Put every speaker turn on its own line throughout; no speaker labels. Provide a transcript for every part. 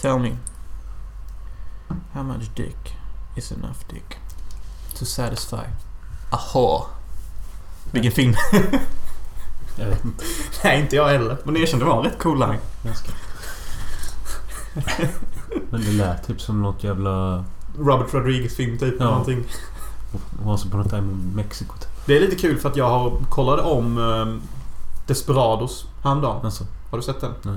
Tell me. How much dick is enough dick to satisfy a whore? Vilken film?
Jag vet inte.
Nej, inte jag heller. Men erkänn, det var en rätt cool line.
Jag ska... Men det lät typ som något jävla...
Robert Rodriguez film typ.
Ja.
Någonting.
Hon så på något där i Mexiko typ.
Det är lite kul för att jag har kollade om ehm, Desperados häromdagen.
Alltså,
Har du sett den?
Nej.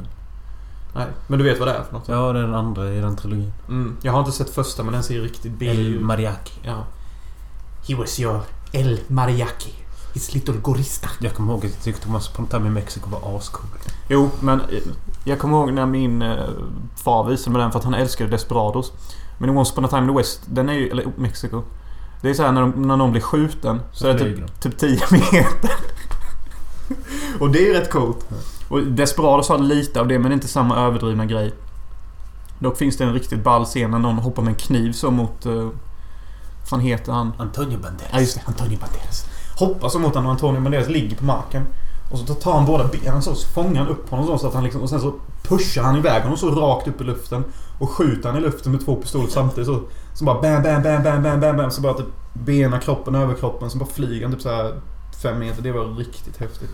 Nej, men du vet vad det är för något?
ja, det är den andra i den trilogin.
Mm. Jag har inte sett första men den ser riktigt billig
El
ut.
Mariachi.
Ja. He was your El Mariachi. His little gorista.
Jag kommer ihåg att jag tyckte Thomas Pontame i Mexiko var ascool.
Jo, men eh, jag kommer ihåg när min eh, far visade mig den för att han älskade Desperados. Men Once upon a time in the West, den är ju... Eller Mexiko. Det är så här när, de, när någon blir skjuten så är det
flyger
typ, typ 10 meter. Och det är ju rätt coolt.
Ja.
Och Desperados har lite av det men inte samma överdrivna grej. Dock finns det en riktigt ball scen när någon hoppar med en kniv så mot... eh, Vad fan heter han?
Antonio Banderas.
Ja just det, Antonio Banderas. Hoppar så mot honom och Antonio Banderas ligger på marken. Och så tar han båda benen så, så fångar han upp honom så, så att han liksom, och sen så pushar han iväg honom så rakt upp i luften. Och skjuter han i luften med två pistoler samtidigt så. Så bara bam, bam, bam, bam, bam, bam, bam. Så bara typ bena kroppen, överkroppen. Så bara flyger han typ så här fem meter. Det var riktigt häftigt.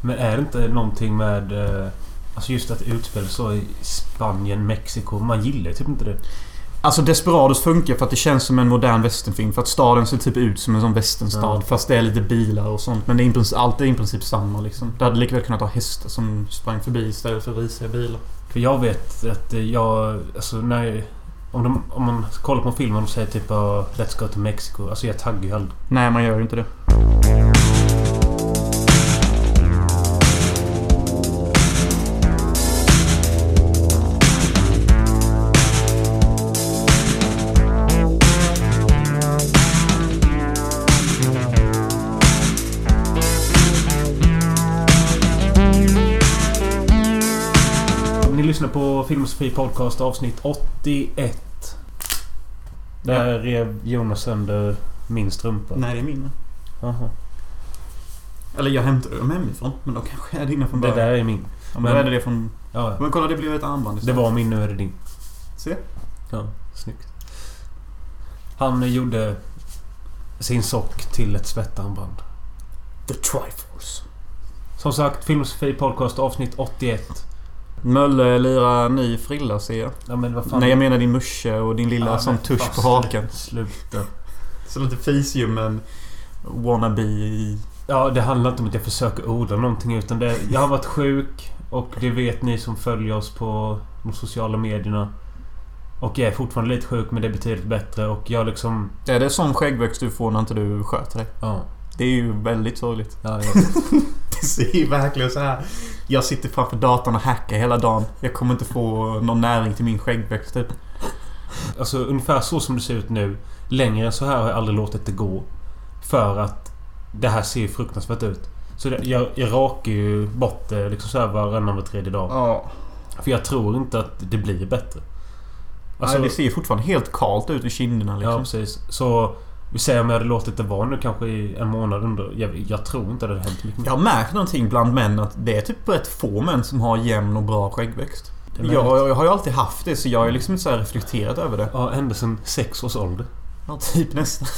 Men är det inte någonting med... eh, Alltså just att utspela så i Spanien, Mexiko. Man gillar ju typ inte det.
Alltså Desperados funkar för att det känns som en modern västernfilm. För att staden ser typ ut som en sån västernstad.
Ja.
Fast det är lite bilar och sånt. Men det är i princip, allt är i princip samma liksom. Det hade lika väl kunnat ha hästar som sprang förbi istället för risiga bilar.
För jag vet att eh, jag... Alltså när jag, om, de, om man kollar på en film och de säger typ uh, Let's go to Mexico. Alltså jag taggar ju aldrig.
Nej, man gör ju inte det.
Ni lyssnar på Filmosofi Podcast avsnitt 81. Där rev Jonas sönder min strumpa.
Nej, det är min.
Jaha.
Eller jag hämtade dem hemifrån. Men de kanske är dina från
Det
början. Mm.
där är min.
ja, men
men-
då är det det från...
Ja, ja.
Men kolla, det blev ett armband
det
istället.
var min, nu är det din.
Se.
Ja, snyggt. Han eh, gjorde sin sock till ett svettarmband.
The Triforce.
Som sagt, Filmosofi Podcast avsnitt 81.
Mölle lirar ny frilla ser jag.
Ja, men vad fan.
Nej, jag menar din musche och din lilla
Ja,
som
men
tusch
fan,
på haken.
Sluta.
Så lite fisljummen wannabe i...
Ja, det handlar inte om att jag försöker odla någonting utan det... Jag har varit sjuk och det vet ni som följer oss på de sociala medierna. Och jag är fortfarande lite sjuk men det är betydligt bättre och jag liksom...
Är det sån skäggväxt du får när inte du sköter dig?
Ja.
Det är ju väldigt sorgligt.
ja jag vet.
Det ser ju verkligen så här. Jag sitter framför datorn och hackar hela dagen. Jag kommer inte få någon näring till min skäggväxt typ.
alltså ungefär så som det ser ut nu. Längre än så här har jag aldrig låtit det gå. För att det här ser ju fruktansvärt ut. Så det, jag, jag rakar ju bort det liksom så här varannan var tredje dag.
Ja.
För jag tror inte att det blir bättre.
Alltså, det ser ju fortfarande helt kalt ut i kinderna
Ja,
liksom.
precis. Så vi säger om jag hade låtit det vara nu kanske i en månad under. Jag, jag tror inte det hade hänt mycket.
Jag har märkt någonting bland män att det är typ rätt få män som har jämn och bra skäggväxt.
Det är
Jag,
möjligt.
jag har ju alltid haft det så jag har ju liksom inte så här reflekterat över det.
Ja, ända sedan sex års ålder.
Ja, typ nästan.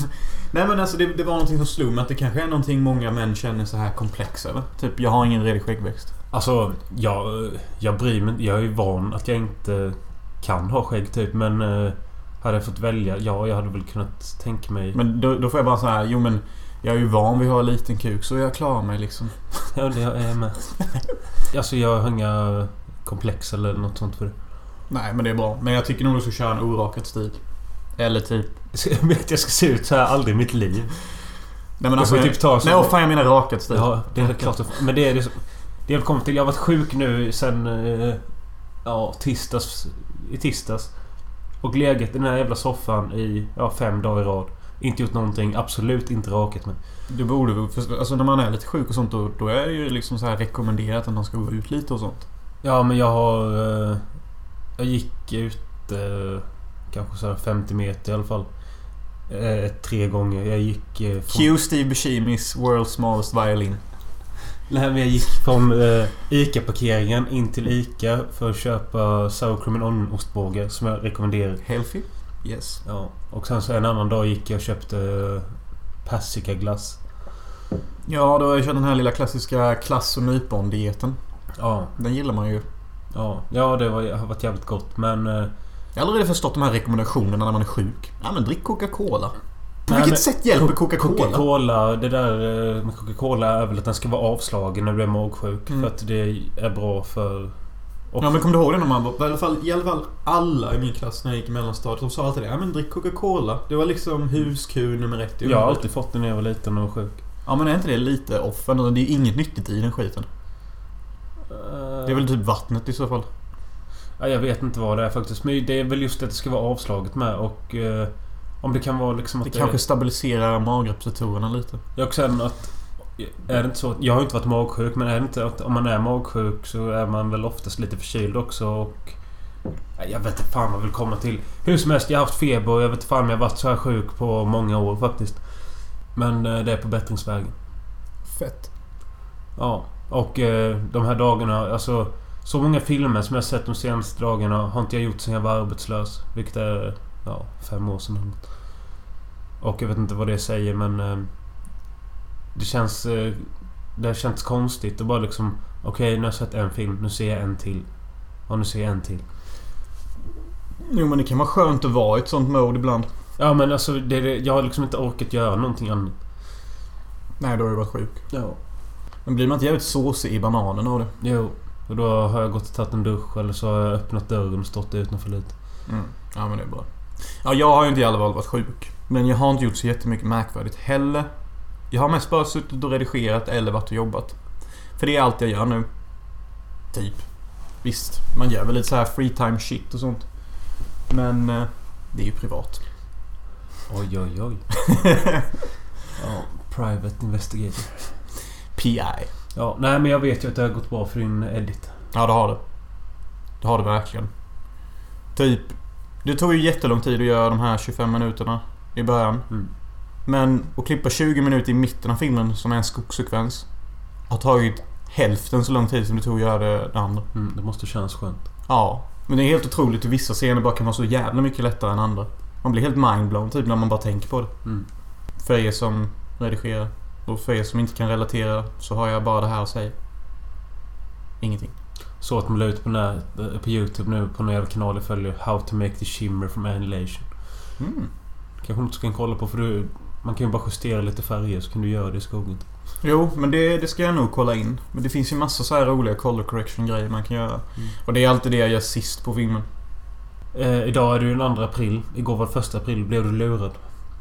Nej men alltså det, det var någonting som slog mig att det kanske är någonting många män känner så här komplex över. Typ, jag har ingen redig skäggväxt.
Alltså, jag, jag bryr mig inte. Jag är ju van att jag inte kan ha skägg typ. Men eh, hade jag fått välja? Ja, jag hade väl kunnat tänka mig...
Men då, då får jag bara så här, jo men jag är ju van vid att ha en liten kuk så jag klarar mig liksom.
Ja, det är jag med. Alltså, jag har inga komplex eller något sånt för det.
Nej men det är bra. Men jag tycker nog du ska köra en orakad stil. Eller typ...
Så Jag vet att jag ska se ut så här aldrig i mitt liv.
Nej men
Jag
alltså...
får
Jag,
typ ta en sån-
nej åh fan jag menar typ. rakad stil.
Ja, det är klart. att- Men det är det som- Det jag kommit till. Jag har varit sjuk nu sen... eh, Ja, tisdags. I tisdags. Och legat i den här jävla soffan i ja, fem dagar i rad. Inte gjort någonting. Absolut inte rakat mig.
Du borde väl förstå- Alltså när man är lite sjuk och sånt då, då är det ju liksom så här rekommenderat att man ska gå ut lite och sånt.
Ja, men jag har... eh, Jag gick ut... eh, Kanske så här 50 meter i alla fall. Eh, Tre gånger. Jag gick... eh, från-
Cue Steve Buscemi's World's Smallest Violin.
Nej men jag gick från eh, ICA-parkeringen in till ICA för att köpa sour cream and onion ostbågar som jag rekommenderar.
Healthy? Yes.
Ja. Och sen så en annan dag gick jag och köpte eh, persikaglass.
Ja, då har jag kört den här lilla klassiska klass och nypon-dieten.
Ja,
Den gillar man ju.
ja, ja det var, har varit jävligt gott men... eh,
Jag har aldrig förstått de här rekommendationerna när man är sjuk. Ja, men drick Coca-Cola. På
Nej,
vilket
men-
sätt hjälper Coca-Cola?
Coca-Cola, det där eh, med Coca-Cola är väl att den ska vara avslagen när du är magsjuk.
Mm.
För att det är bla för... Och,
Ja men kommer du ihåg det när man var... I alla fall, i alla fall alla i min klass när jag gick i mellanstadiet. De sa alltid det. Ja men drick Coca-Cola. Det var liksom huskur nummer ett i
jag har
livet.
alltid fått det när jag var liten och var sjuk.
Ja men är inte det lite offen? Alltså, Det är ju inget nyttigt i den skiten. Det är väl typ vattnet i så fall.
Ja, jag vet inte vad det är faktiskt. Men det är väl just att det ska vara avslaget med och... Eh, om det kan vara liksom att...
Det kanske stabiliserar magreceptorerna lite.
Jag sen att... Är det inte så att... Jag har ju inte varit magsjuk men är det inte att om man är magsjuk så är man väl oftast lite förkyld också och... Nej, Jag vet inte fan vad jag vill komma till. Hur som helst, jag har haft feber och jag vet inte fan om jag har varit så här sjuk på många år faktiskt. Men eh, det är på bättringsvägen.
Fett.
Ja, och eh, de här dagarna, alltså... Så många filmer som jag sett de senaste dagarna har inte jag gjort sen jag var arbetslös. Vilket är, ja, fem år sedan. eller något. Och jag vet inte vad det säger men... Eh, det känns... Eh, det har känts konstigt och bara liksom... Okej, nu har jag sett en film. Nu ser jag en till. Ja, nu ser jag en till.
Jo men det kan vara skönt att vara i ett sånt mode ibland.
Ja, men alltså det, är det, jag har liksom inte orkat göra någonting annat.
Nej då har jag varit sjuk.
Ja.
Men blir man inte jävligt såsig i bananen av det?
Jo. Och då har jag gått och tagit en dusch eller så har jag öppnat dörren och stått utanför lite.
Mm. Ja men det är bra. Ja jag har ju inte i alla fall varit sjuk. Men jag har inte gjort så jättemycket märkvärdigt heller. Jag har mest bara suttit och redigerat eller varit och jobbat. För det är allt jag gör nu. Typ. Visst, man gör väl lite så här free time shit och sånt. Men eh, det är ju privat.
Oj, oj, oj. ja, private investigation.
PI.
Ja, nej men jag vet ju att det har gått bra för din edit.
Ja det har det. Det har det verkligen. Typ. Det tog ju jättelång tid att göra de här 25 minuterna i början.
Mm.
Men att klippa 20 minuter i mitten av filmen som är en skogssekvens har tagit hälften så lång tid som det tog att göra det, det andra.
Mm, det måste kännas skönt.
Ja. Men det är helt otroligt hur vissa scener bara kan vara så jävla mycket lättare än andra. Man blir helt mindblown typ när man bara tänker på det.
Mm.
För er som redigerar och för er som inte kan relatera så har jag bara det här att säga. Ingenting.
Så att man la ut på, nä- eh, på YouTube nu på några jävla kanal jag följer How to make the shimmer from annihilation.
Mm.
Kanske inte ska kan kolla på för du... Man kan ju bara justera lite färger så kan du göra det i skogen.
Jo, men det, det ska jag nog kolla in. Men det finns ju massa så här roliga color correction grejer man kan göra.
Mm.
Och det är alltid det jag gör sist på filmen.
Eh, idag är det ju den 2 april. Igår var det 1 april. Blev du lurad?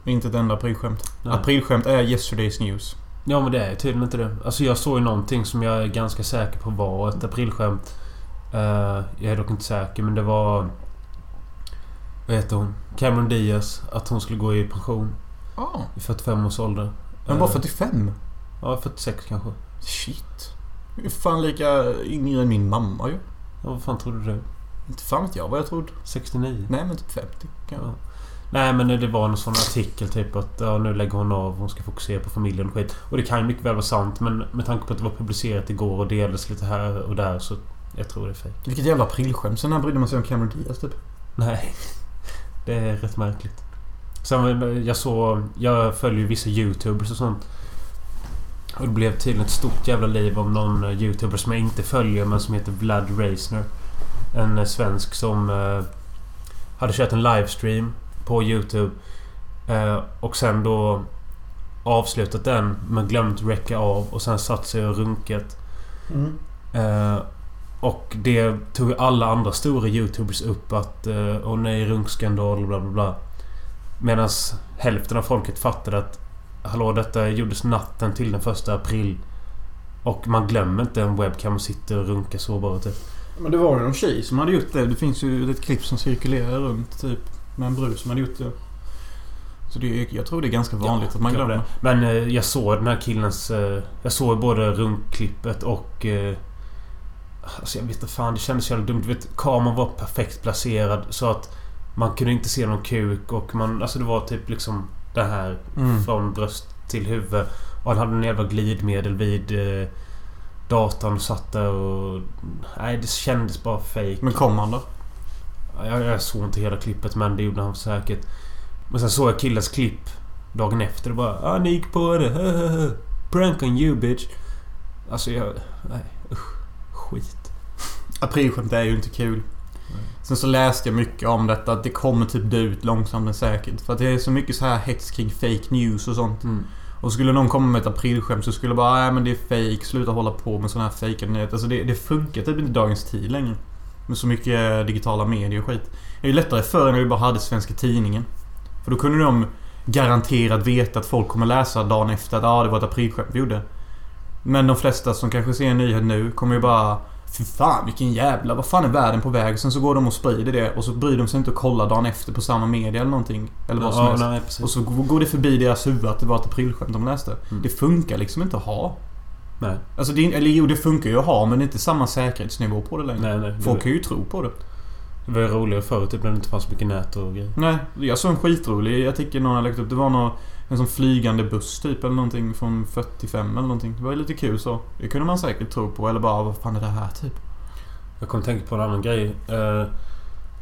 Inte ett enda aprilskämt.
Nej.
Aprilskämt är yesterday's news.
Ja men det är tydligen inte det. Alltså jag såg ju någonting som jag är ganska säker på var ett aprilskämt. Eh, jag är dock inte säker men det var... Vad heter hon? Cameron Diaz. Att hon skulle gå i pension
Ah.
i 45 års ålder.
Men bara
Eh,
45?
Ja, 46 kanske.
Shit. Du är fan lika yngre än min mamma ju.
Ja, vad fan trodde du?
Inte fan vet jag vad jag trodde.
69?
Nej men typ 50 kanske.
Ja. Nej men det var en sån artikel typ att ja, nu lägger hon av. Hon ska fokusera på familjen och skit. Och det kan ju mycket väl vara sant men med tanke på att det var publicerat igår och delades lite här och där så... Jag tror det är fejk.
Vilket jävla aprilskämt. Sen när brydde man sig om Cameron Diaz typ?
Nej. Det är rätt märkligt. Sen eh, jag såg... Jag följer ju vissa YouTubers och sånt. Och det blev tydligen ett stort jävla liv om någon eh, YouTuber som jag inte följer men som heter Vlad Reisner. En eh, svensk som... eh, Hade kört en livestream på YouTube. eh, Och sen då... Avslutat den men glömt räcka av och sen satt sig och runkat.
Mm.
Eh, och det tog ju alla andra stora youtubers upp att eh, Åh nej, runkskandal bla bla bla. Medan hälften av folket fattade att Hallå detta gjordes natten till den första april. Och man glömmer inte en webcam och sitter och runkar så bara typ.
Men det var ju någon tjej som hade gjort det. Det finns ju ett klipp som cirkulerar runt typ. Med en brud som hade gjort det. Så det, är- jag tror det är ganska vanligt att man
kanske
glömmer.
det. Men eh, jag såg den här killens... Eh, jag såg både runkklippet och... Eh, alltså jag vet inte fan, det kändes så jävla dumt. Du vet, kameran var perfekt placerad så att man kunde inte se någon kuk och man... Alltså det var typ liksom det här
Mm.
från bröst till huvud. Och han hade en jävla glidmedel vid... Eh, datorn och satt där och... Nej, det kändes bara fake.
Men kom han då?
Ja, Jag, jag såg inte hela klippet men det gjorde han säkert. Men sen såg jag killens klipp dagen efter och bara ah, ni gick på det. Prank on you bitch. Alltså jag... Nej usch. Skit.
Aprilskämt är ju inte kul.
Nej.
Sen så läste jag mycket om detta. Att det kommer typ dö ut långsamt men säkert. För att det är så mycket så här hets kring fake news och sånt. Och skulle någon komma med ett aprilskämt så skulle jag bara nej men det är fake Sluta hålla på med sådana här fejkade nyheter. Alltså det, det funkar typ inte i dagens tid längre. Med så mycket eh, digitala medier och skit. Det är ju lättare förr när vi bara hade Svenska Tidningen. För då kunde de garanterat veta att folk kommer läsa dagen efter att ah, det var ett aprilskämt vi gjorde. Men de flesta som kanske ser en nyhet nu kommer ju bara Fy fan vilken jävla, vad fan är världen på väg? Sen så går de och sprider det och så bryr de sig inte att kolla dagen efter på samma media eller någonting. Eller vad som
ja,
helst.
nej, precis.
Och så går det förbi deras huvud att det var ett aprilskämt de läste.
Mm.
Det funkar liksom inte att ha.
nej,
Alltså det, eller jo, det funkar ju att ha men det är inte samma säkerhetsnivå på det längre.
nej, nej.
Folk
Det,
kan ju tro på det.
det var ju roligare förut typ, när det inte fanns så mycket nät och grejer.
Nej, jag såg en skitrolig artikel någon hade lagt upp. Det var någon, en sån flygande buss typ eller någonting från 45 eller någonting. Det var ju lite kul så. Det kunde man säkert tro på. Eller bara vad fan är det här typ?
Jag kom att tänka på en annan grej. Eh,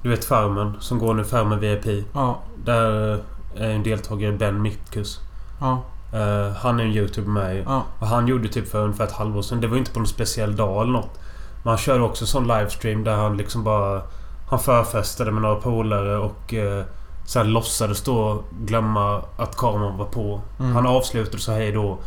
du vet Farmen som går nu, Farmen VIP.
Ja,
Där eh, är en deltagare Ben Mitkus.
ja,
Eh, han är en youtuber med ju.
ja.
Och han gjorde typ för ungefär ett halvår sedan. Det var ju inte på någon speciell dag eller något. Men han körde också en sån livestream där han liksom bara... Han förfestade med några polare och eh, sen låtsades då glömma att kameran var på.
Mm.
Han avslutade så hej då.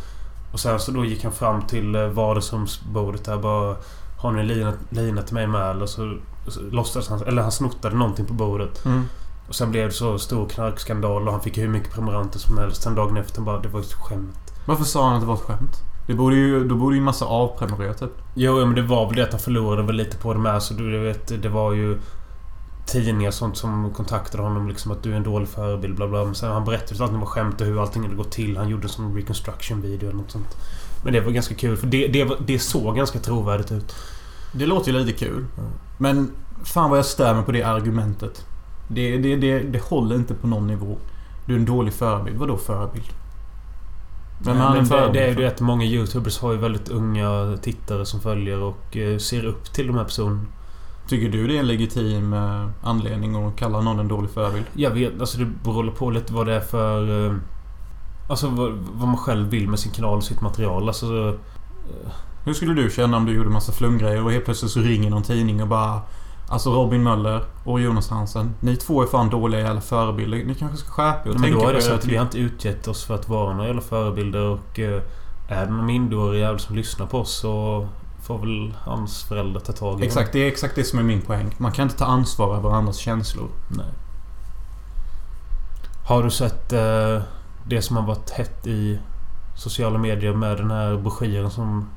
Och sen så då gick han fram till eh, vardagsrumsbordet där bara... Har ni en lina, lina till mig med eller? Så, så låtsades han... Eller han snottade någonting på bordet.
Mm.
Och sen blev det så stor knarkskandal och han fick hur mycket prenumeranter som helst. Sen dagen efter bara, det var ett skämt.
Varför sa han att det var ett skämt? Det borde ju, då borde ju massa avprenumerera typ.
Jo, ja, men det var väl det att han förlorade väl lite på det med. Så du vet, det var ju tidningar och sånt som kontaktade honom liksom att du är en dålig förebild bla bla. Men sen han berättade att allting var skämt och hur allting hade gått till. Han gjorde en sån reconstruction video eller något sånt. Men det var ganska kul för det, det, var- det såg ganska trovärdigt ut.
Det låter ju lite kul.
Mm.
Men fan vad jag stör mig på det argumentet. Det, det, det, det håller inte på någon nivå. Du är en dålig förebild. Vadå förebild? Vem är
Nej,
han en
men det, det är ju
förebild
det
för?
att många youtubers har ju väldigt unga tittare som följer och eh, ser upp till de här personerna.
Tycker du det är en legitim eh, anledning att kalla någon en dålig förebild?
Jag vet, alltså det beror på lite vad det är för... eh, Alltså vad, vad man själv vill med sin kanal och sitt material. Alltså...
Hur skulle du känna om du gjorde massa flumgrejer och helt plötsligt så ringer någon tidning och bara Alltså Robin Möller och Jonas Hansen. Ni två är fan dåliga jävla förebilder. Ni kanske ska skärpa er och
men
tänka
då
på
är det
era
så att vi
klipp."
har inte utgett oss för att vara några jävla förebilder och... eh, Är det någon minderårig jävel som lyssnar på oss så får väl hans föräldrar ta tag i honom.
Exakt, det är exakt det som är min poäng. Man kan inte ta ansvar över andras känslor.
Nej. Har du sett eh, det som har varit hett i sociala medier med den här broschyren som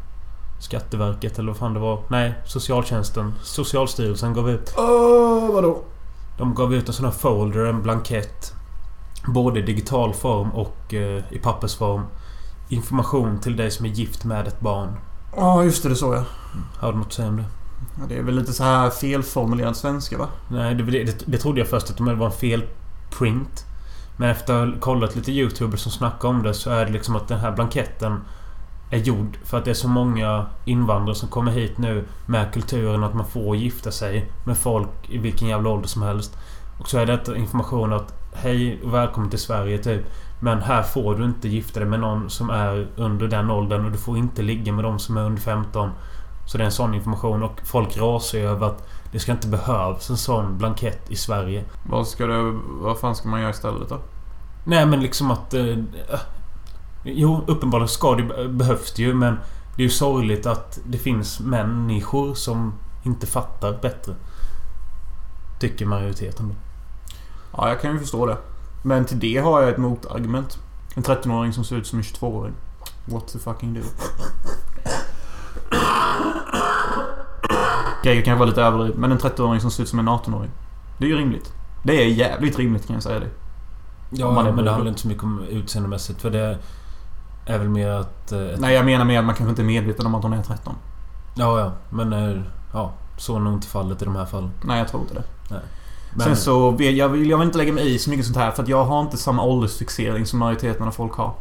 Skatteverket eller vad fan det var? Nej, Socialtjänsten. Socialstyrelsen gav ut.
Åh, vadå?
De gav ut en sån här folder, en blankett. Både i digital form och eh, i pappersform. Information till dig som är gift med ett barn.
Ja, just det. Det såg jag.
Har du något att säga om det?
Ja, det är väl lite så här felformulerad svenska va?
Nej, det, det, det trodde jag först att det var en fel print. Men efter att ha kollat lite youtubers som snackar om det så är det liksom att den här blanketten är gjord för att det är så många invandrare som kommer hit nu med kulturen att man får gifta sig med folk i vilken jävla ålder som helst. Och så är detta information att Hej och välkommen till Sverige typ. Men här får du inte gifta dig med någon som är under den åldern och du får inte ligga med de som är under 15. Så det är en sån information och folk rasar ju över att det ska inte behövas en sån blankett i Sverige.
Vad ska du... Vad fan ska man göra istället då?
Nej men liksom att... Eh, eh, jo, uppenbarligen ska det, behövs det ju men det är ju sorgligt att det finns människor som inte fattar bättre. Tycker majoriteten då.
Ja, jag kan ju förstå det. Men till det har jag ett motargument. En 13-åring som ser ut som en 22-åring. What the fucking do? Grejer kan vara lite överdrivet, men en 13-åring som ser ut som en 18-åring. Det är ju rimligt. Det är jävligt rimligt kan jag säga det.
Ja,
Om man är
men det
bror.
handlar inte så mycket om utseendemässigt för det är väl mer att... Eh, ett-
Nej, jag menar med att man kanske inte är medveten om att hon är 13.
Ja, ja. Men eh, ja, så är nog inte fallet i de här fallen.
Nej, jag tror inte det.
Men,
Sen så vill jag, vill, jag vill inte lägga mig i så mycket sånt här för att jag har inte samma åldersfixering som majoriteten av folk har.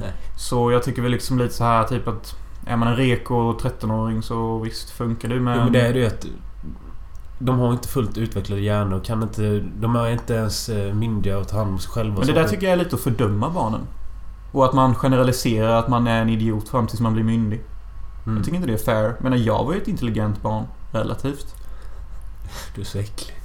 Nej.
Så jag tycker väl liksom lite så här typ att Är man en reko och 13-åring så visst funkar det men...
Jo, men det är det ju att... De har inte fullt utvecklade hjärnor och kan inte... De är inte ens eh, myndiga att ta hand om sig själva.
Men det
Så
där
att-
tycker jag är lite att fördöma barnen. Och att man generaliserar att man är en idiot fram tills man blir myndig.
Mm.
Jag tycker inte det är fair. Men jag var ju ett intelligent barn. Relativt.
Du är så äcklig.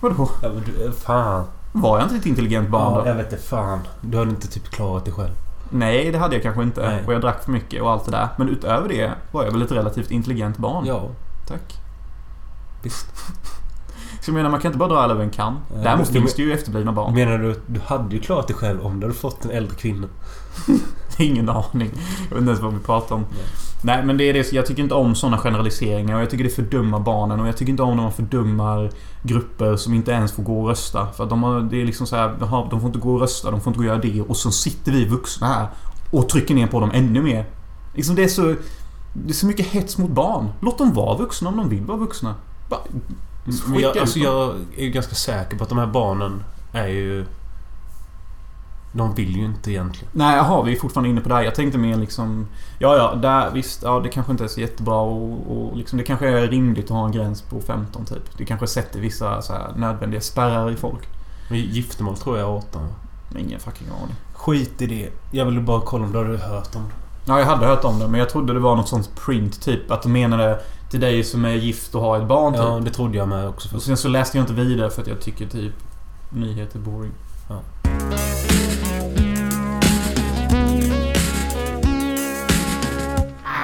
Vadå?
Ja, men du, eh, fan.
Var jag inte ett intelligent barn
Ja,
då?
jag vet inte fan. Du hade inte typ klarat dig själv.
Nej, det hade jag kanske inte.
Nej.
Och jag drack för mycket och allt det där. Men utöver det var jag väl ett relativt intelligent barn.
Ja,
Tack.
visst.
Så jag menar, man kan inte bara dra alla över en kam.
Nej,
Däremot
men-
finns det ju efterblivna barn.
Menar du att du hade ju klarat dig själv om du hade fått en äldre kvinna?
Ingen aning. Jag vet inte ens vad vi pratar om.
Nej.
Nej, men det är det. Jag tycker inte om sådana generaliseringar och jag tycker det fördömar barnen och jag tycker inte om när man fördömar grupper som inte ens får gå och rösta. För att de, har, det är liksom så här, jaha, de får inte gå och rösta, de får inte gå och göra det och så sitter vi vuxna här och trycker ner på dem ännu mer. Liksom det är så... Det är så mycket hets mot barn. Låt dem vara vuxna om de vill vara vuxna. Bara-
Men
skicka
jag,
ut
alltså,
dem.
jag är ju ganska säker på att de här barnen är ju... De vill ju inte egentligen.
Nej, jaha, vi är fortfarande inne på det här. Jag tänkte mer liksom... Ja, ja, där, visst. Ja, det kanske inte är så jättebra och, och liksom, det kanske är rimligt att ha en gräns på 15 typ. Det kanske sätter vissa så här, nödvändiga spärrar i folk.
Men Giftermål tror jag är 18. va?
Men ingen fucking aning.
Skit i det. Jag ville bara kolla om du hade hört om det.
Ja, jag hade hört om det, men jag trodde det var något sånt print typ. Att de menade till dig som är gift och har ett barn typ.
Ja, det trodde jag med också.
Och
Först.
sen så läste jag inte vidare för att jag tycker typ nyheter är boring.
Ja.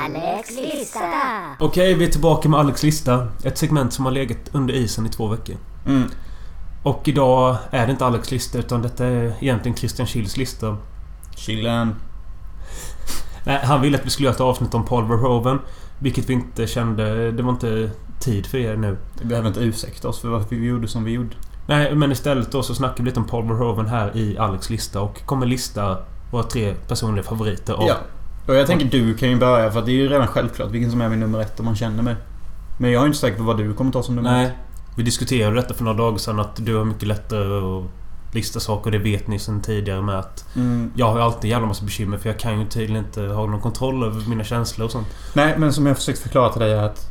Alex lista!
Okej, vi är tillbaka med Alex lista. Ett segment som har legat under isen i två veckor.
Mm.
Och idag är det inte Alex lista utan detta är egentligen Christian Kills lista.
Chillen.
Nej, han ville att vi skulle göra ett avsnitt om Paul Verhoeven. Vilket vi inte kände... Det var inte tid för er nu.
Vi behöver inte ursäkta oss för varför vi gjorde som vi gjorde.
Nej, men istället då så snackar vi lite om Paul Verhoeven här i Alex lista och kommer lista våra tre personliga favoriter av...
Ja. Och jag tänker du kan ju börja för att det är ju redan självklart vilken som är min nummer ett om man känner mig. Men jag är inte säker på vad du kommer ta som nummer ett.
Nej. Vi diskuterade detta för några dagar sedan att du har mycket lättare att lista saker. Det vet ni sedan tidigare med att
Mm.
jag har ju alltid en jävla massa bekymmer för jag kan ju tydligen inte ha någon kontroll över mina känslor och sånt.
Nej, men som jag försökt förklara till dig är att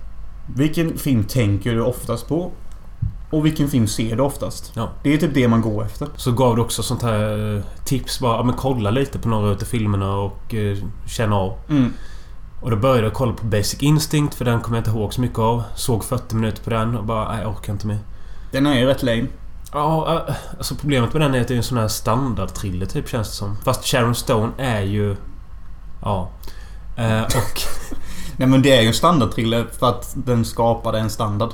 vilken film tänker du oftast på? Och vilken film ser du oftast?
Ja.
Det är typ det man går efter.
Så gav du också sånt här eh, tips bara, ja, men kolla lite på några utav filmerna och eh, känna av.
Mm.
Och då började jag kolla på Basic Instinct för den kommer jag inte ihåg så mycket av. Såg 40 minuter på den och bara, nej jag orkar inte mer.
Den är ju rätt lame.
Ja, eh, alltså problemet med den är att det är en sån här standardthriller typ känns det som. Fast Sharon Stone är ju... Ja. Eh, och...
Nej men det är ju en standardthriller för att den skapade en standard.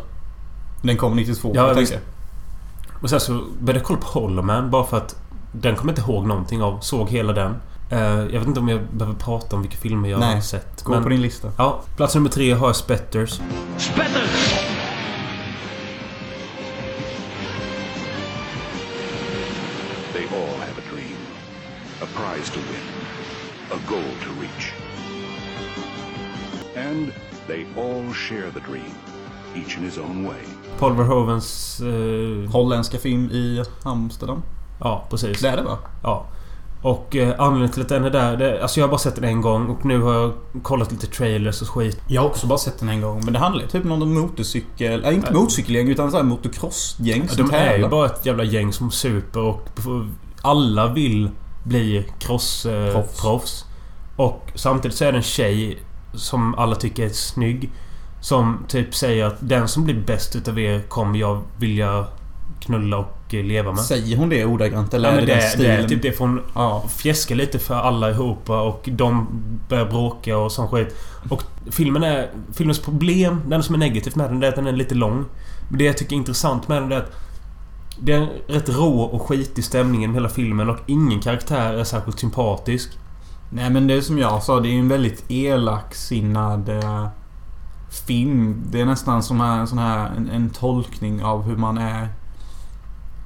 Den kom 92.
Ja,
jag
visst.
tänker.
och sen så började jag kolla på Hollow Man bara för att... Den kommer jag inte ihåg någonting av. Såg hela den. Eh, jag vet inte om jag behöver prata om vilka filmer jag har
Nej,
sett.
Gå på din lista.
Ja, plats nummer tre har jag Spetters.
They all have a dream, a prize to win, a goal to reach. And they all share the dream, each in his own way.
Paul Verhovens... Eh,
Holländska film i Amsterdam.
ja, precis.
Det är det va?
Ja. Och eh, anledningen till att den är där... Det, alltså jag har bara sett den en gång och nu har jag kollat lite trailers och skit.
Jag har också bara sett den en gång, men det handlar ju typ om någon motorcykel... Nej, inte
Ja.
motorcykelgäng utan så här motocrossgäng
Ja,
som
de är ju
tävlar.
bara ett jävla gäng som super och alla vill bli crossproffs. Eh,
Proffs.
proffs. Och samtidigt så är det en tjej som alla tycker är snygg. Som typ säger att den som blir bäst utav er kommer jag vilja knulla och eh, leva med.
Säger hon det ordagrant eller
Ja,
är
men
det, den
det, det
stilen?
är typ det får hon
Ja.
fjäska lite för alla ihop och de börjar bråka och sån skit. Och filmen är... Filmens problem, den som är negativt med den, det är att den är lite lång. Men det jag tycker är intressant med den det är att det är en rätt rå och skitig stämning i hela filmen och ingen karaktär är särskilt sympatisk.
Nej men det är som jag sa, det är ju en väldigt elaksinnad eh, film. Det är nästan som en sån här en, en tolkning av hur man är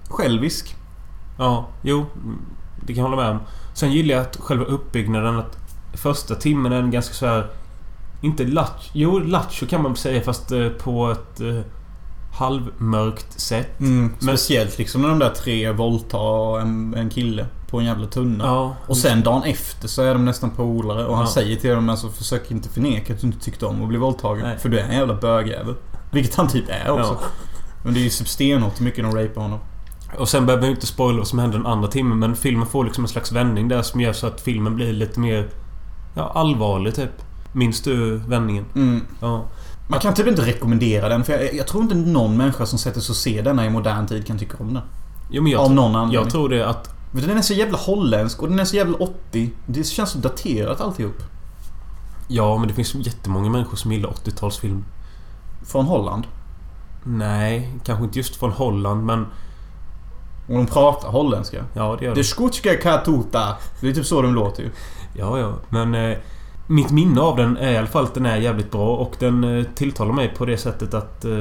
självisk.
Ja, jo. Det kan jag hålla med om. Sen gillar jag att själva uppbyggnaden, att första timmen är en ganska så här Inte latch... Jo, lattjo kan man säga fast eh, på ett eh, halvmörkt sätt.
Mm,
Men-
speciellt liksom när de där tre våldtar en, en kille. På på en jävla tunna.
Ja.
Och sen dagen efter så är de nästan polare och han
Ja.
säger till dem alltså försök inte förneka att du inte tyckte om att bli våldtagen.
Nej.
För du är en jävla bögjävel. Vilket han typ är också.
Ja.
Men det är ju typ stenhårt hur mycket de rapar honom.
Och sen behöver vi inte spoila vad som händer den andra timmen men filmen får liksom en slags vändning där som gör så att filmen blir lite mer... Ja, allvarlig typ. Minns du vändningen?
Mm.
Ja.
Man kan typ inte rekommendera den för jag, jag tror inte någon människa som sätter sig och ser denna i modern tid kan tycka om den.
Jo men jag,
Av
tro-
någon anledning.
jag tror det att...
Vet du, Den är så jävla holländsk och den är så jävla 80. Det känns så daterat alltihop.
Ja, men det finns jättemånga människor som gillar 80-talsfilm.
Från Holland.
Nej, kanske inte just från Holland men...
Och de pratar holländska.
Ja, det gör
Det
det.
skotska katuta. Det är typ så de låter ju.
Ja, ja. Men... Eh, mitt minne av den är i alla fall att den är jävligt bra och den eh, tilltalar mig på det sättet att... Eh,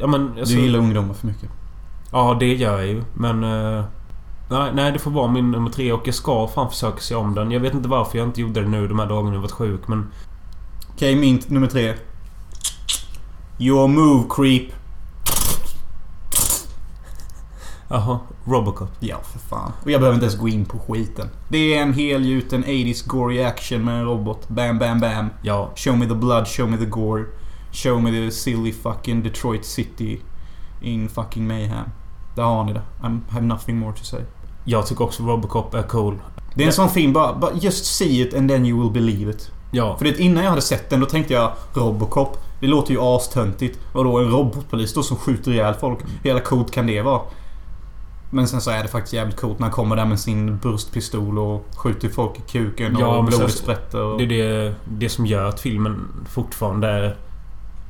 ja men... alltså-
Du gillar ungdomar för mycket.
Ja, det gör jag ju. Men... eh, nej, nej, det får vara min nummer tre och jag ska fan försöka se om den. Jag vet inte varför jag inte gjorde det nu de här dagarna jag varit sjuk men...
Okej, min t- nummer tre. Your move creep.
Jaha, Robocop.
Ja, för fan. Och jag behöver inte ens gå in på skiten. Det är en helgjuten 80s gory action med en robot. Bam, bam, bam.
Ja.
Show me the blood, show me the gore. Show me the silly fucking Detroit city in fucking mayhem. Där har ni det. I have nothing more to say.
Jag tycker också Robocop är cool.
Det är en sån film bara, bara just see it and then you will believe it.
Ja.
För det innan jag hade sett den då tänkte jag Robocop. Det låter ju astöntigt. Vadå en robotpolis då som skjuter ihjäl folk? Hur jävla coolt kan det vara? Men sen så är det faktiskt jävligt coolt när han kommer där med sin burstpistol och skjuter folk i kuken
Ja,
och
men
blodet
sen-
sprätter. Och...
Det är det, det som gör att filmen fortfarande är,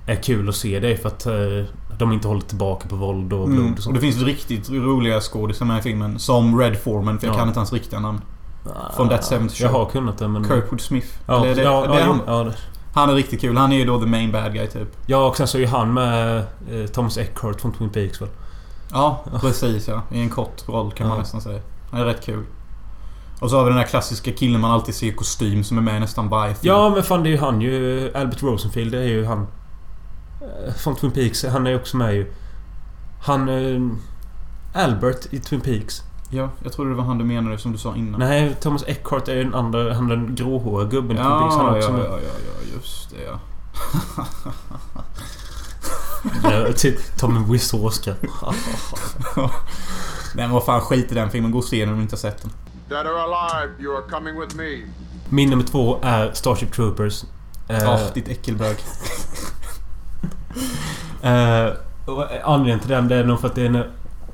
är kul att se. Det är för att eh, de inte håller tillbaka på våld och blod
Mm.
och
Och det
sånt.
finns riktigt roliga skådisar med i filmen. Som Red Foreman, för jag
Ja.
kan inte hans riktiga namn.
Ah,
från That 70's Show.
Jag har kunnat det men...
Kirkwood Smith.
Ja,
Eller är det,
ja,
det är
ja,
han,
jo, ja, det-
han är riktigt kul. Han är ju då the main bad guy typ.
ja, och sen så är ju han med eh, Thomas Eckhart från Twin Peaks väl?
Ja, precis ja. I en kort roll kan man
Ja.
nästan säga. Det är rätt kul. Och så har vi den där klassiska killen man alltid ser i kostym som är med i nästan varje film.
Ja, men fan det är ju han ju. Albert Rosenfield, det är ju han. Eh, Från Twin Peaks. Han är ju också med ju. Han... eh, Albert i Twin Peaks.
ja, jag trodde det var han du menade som du sa innan.
Nej, Thomas Eckhart är ju den andra... Han den gråhåriga gubben i Twin Peaks. Han
Ja,
är
ja,
också med.
ja, ja, ja, just det ja.
Ja, typ Tommy Wiseau ska.
Men vad fan, skit i den filmen. Gå och se den om du inte har sett den.
Dead or alive, you are coming with me.
Min nummer två är Starship Troopers.
Ah,
Eh,
ditt äckelbög.
eh, och anledningen till den det är nog för att det är en,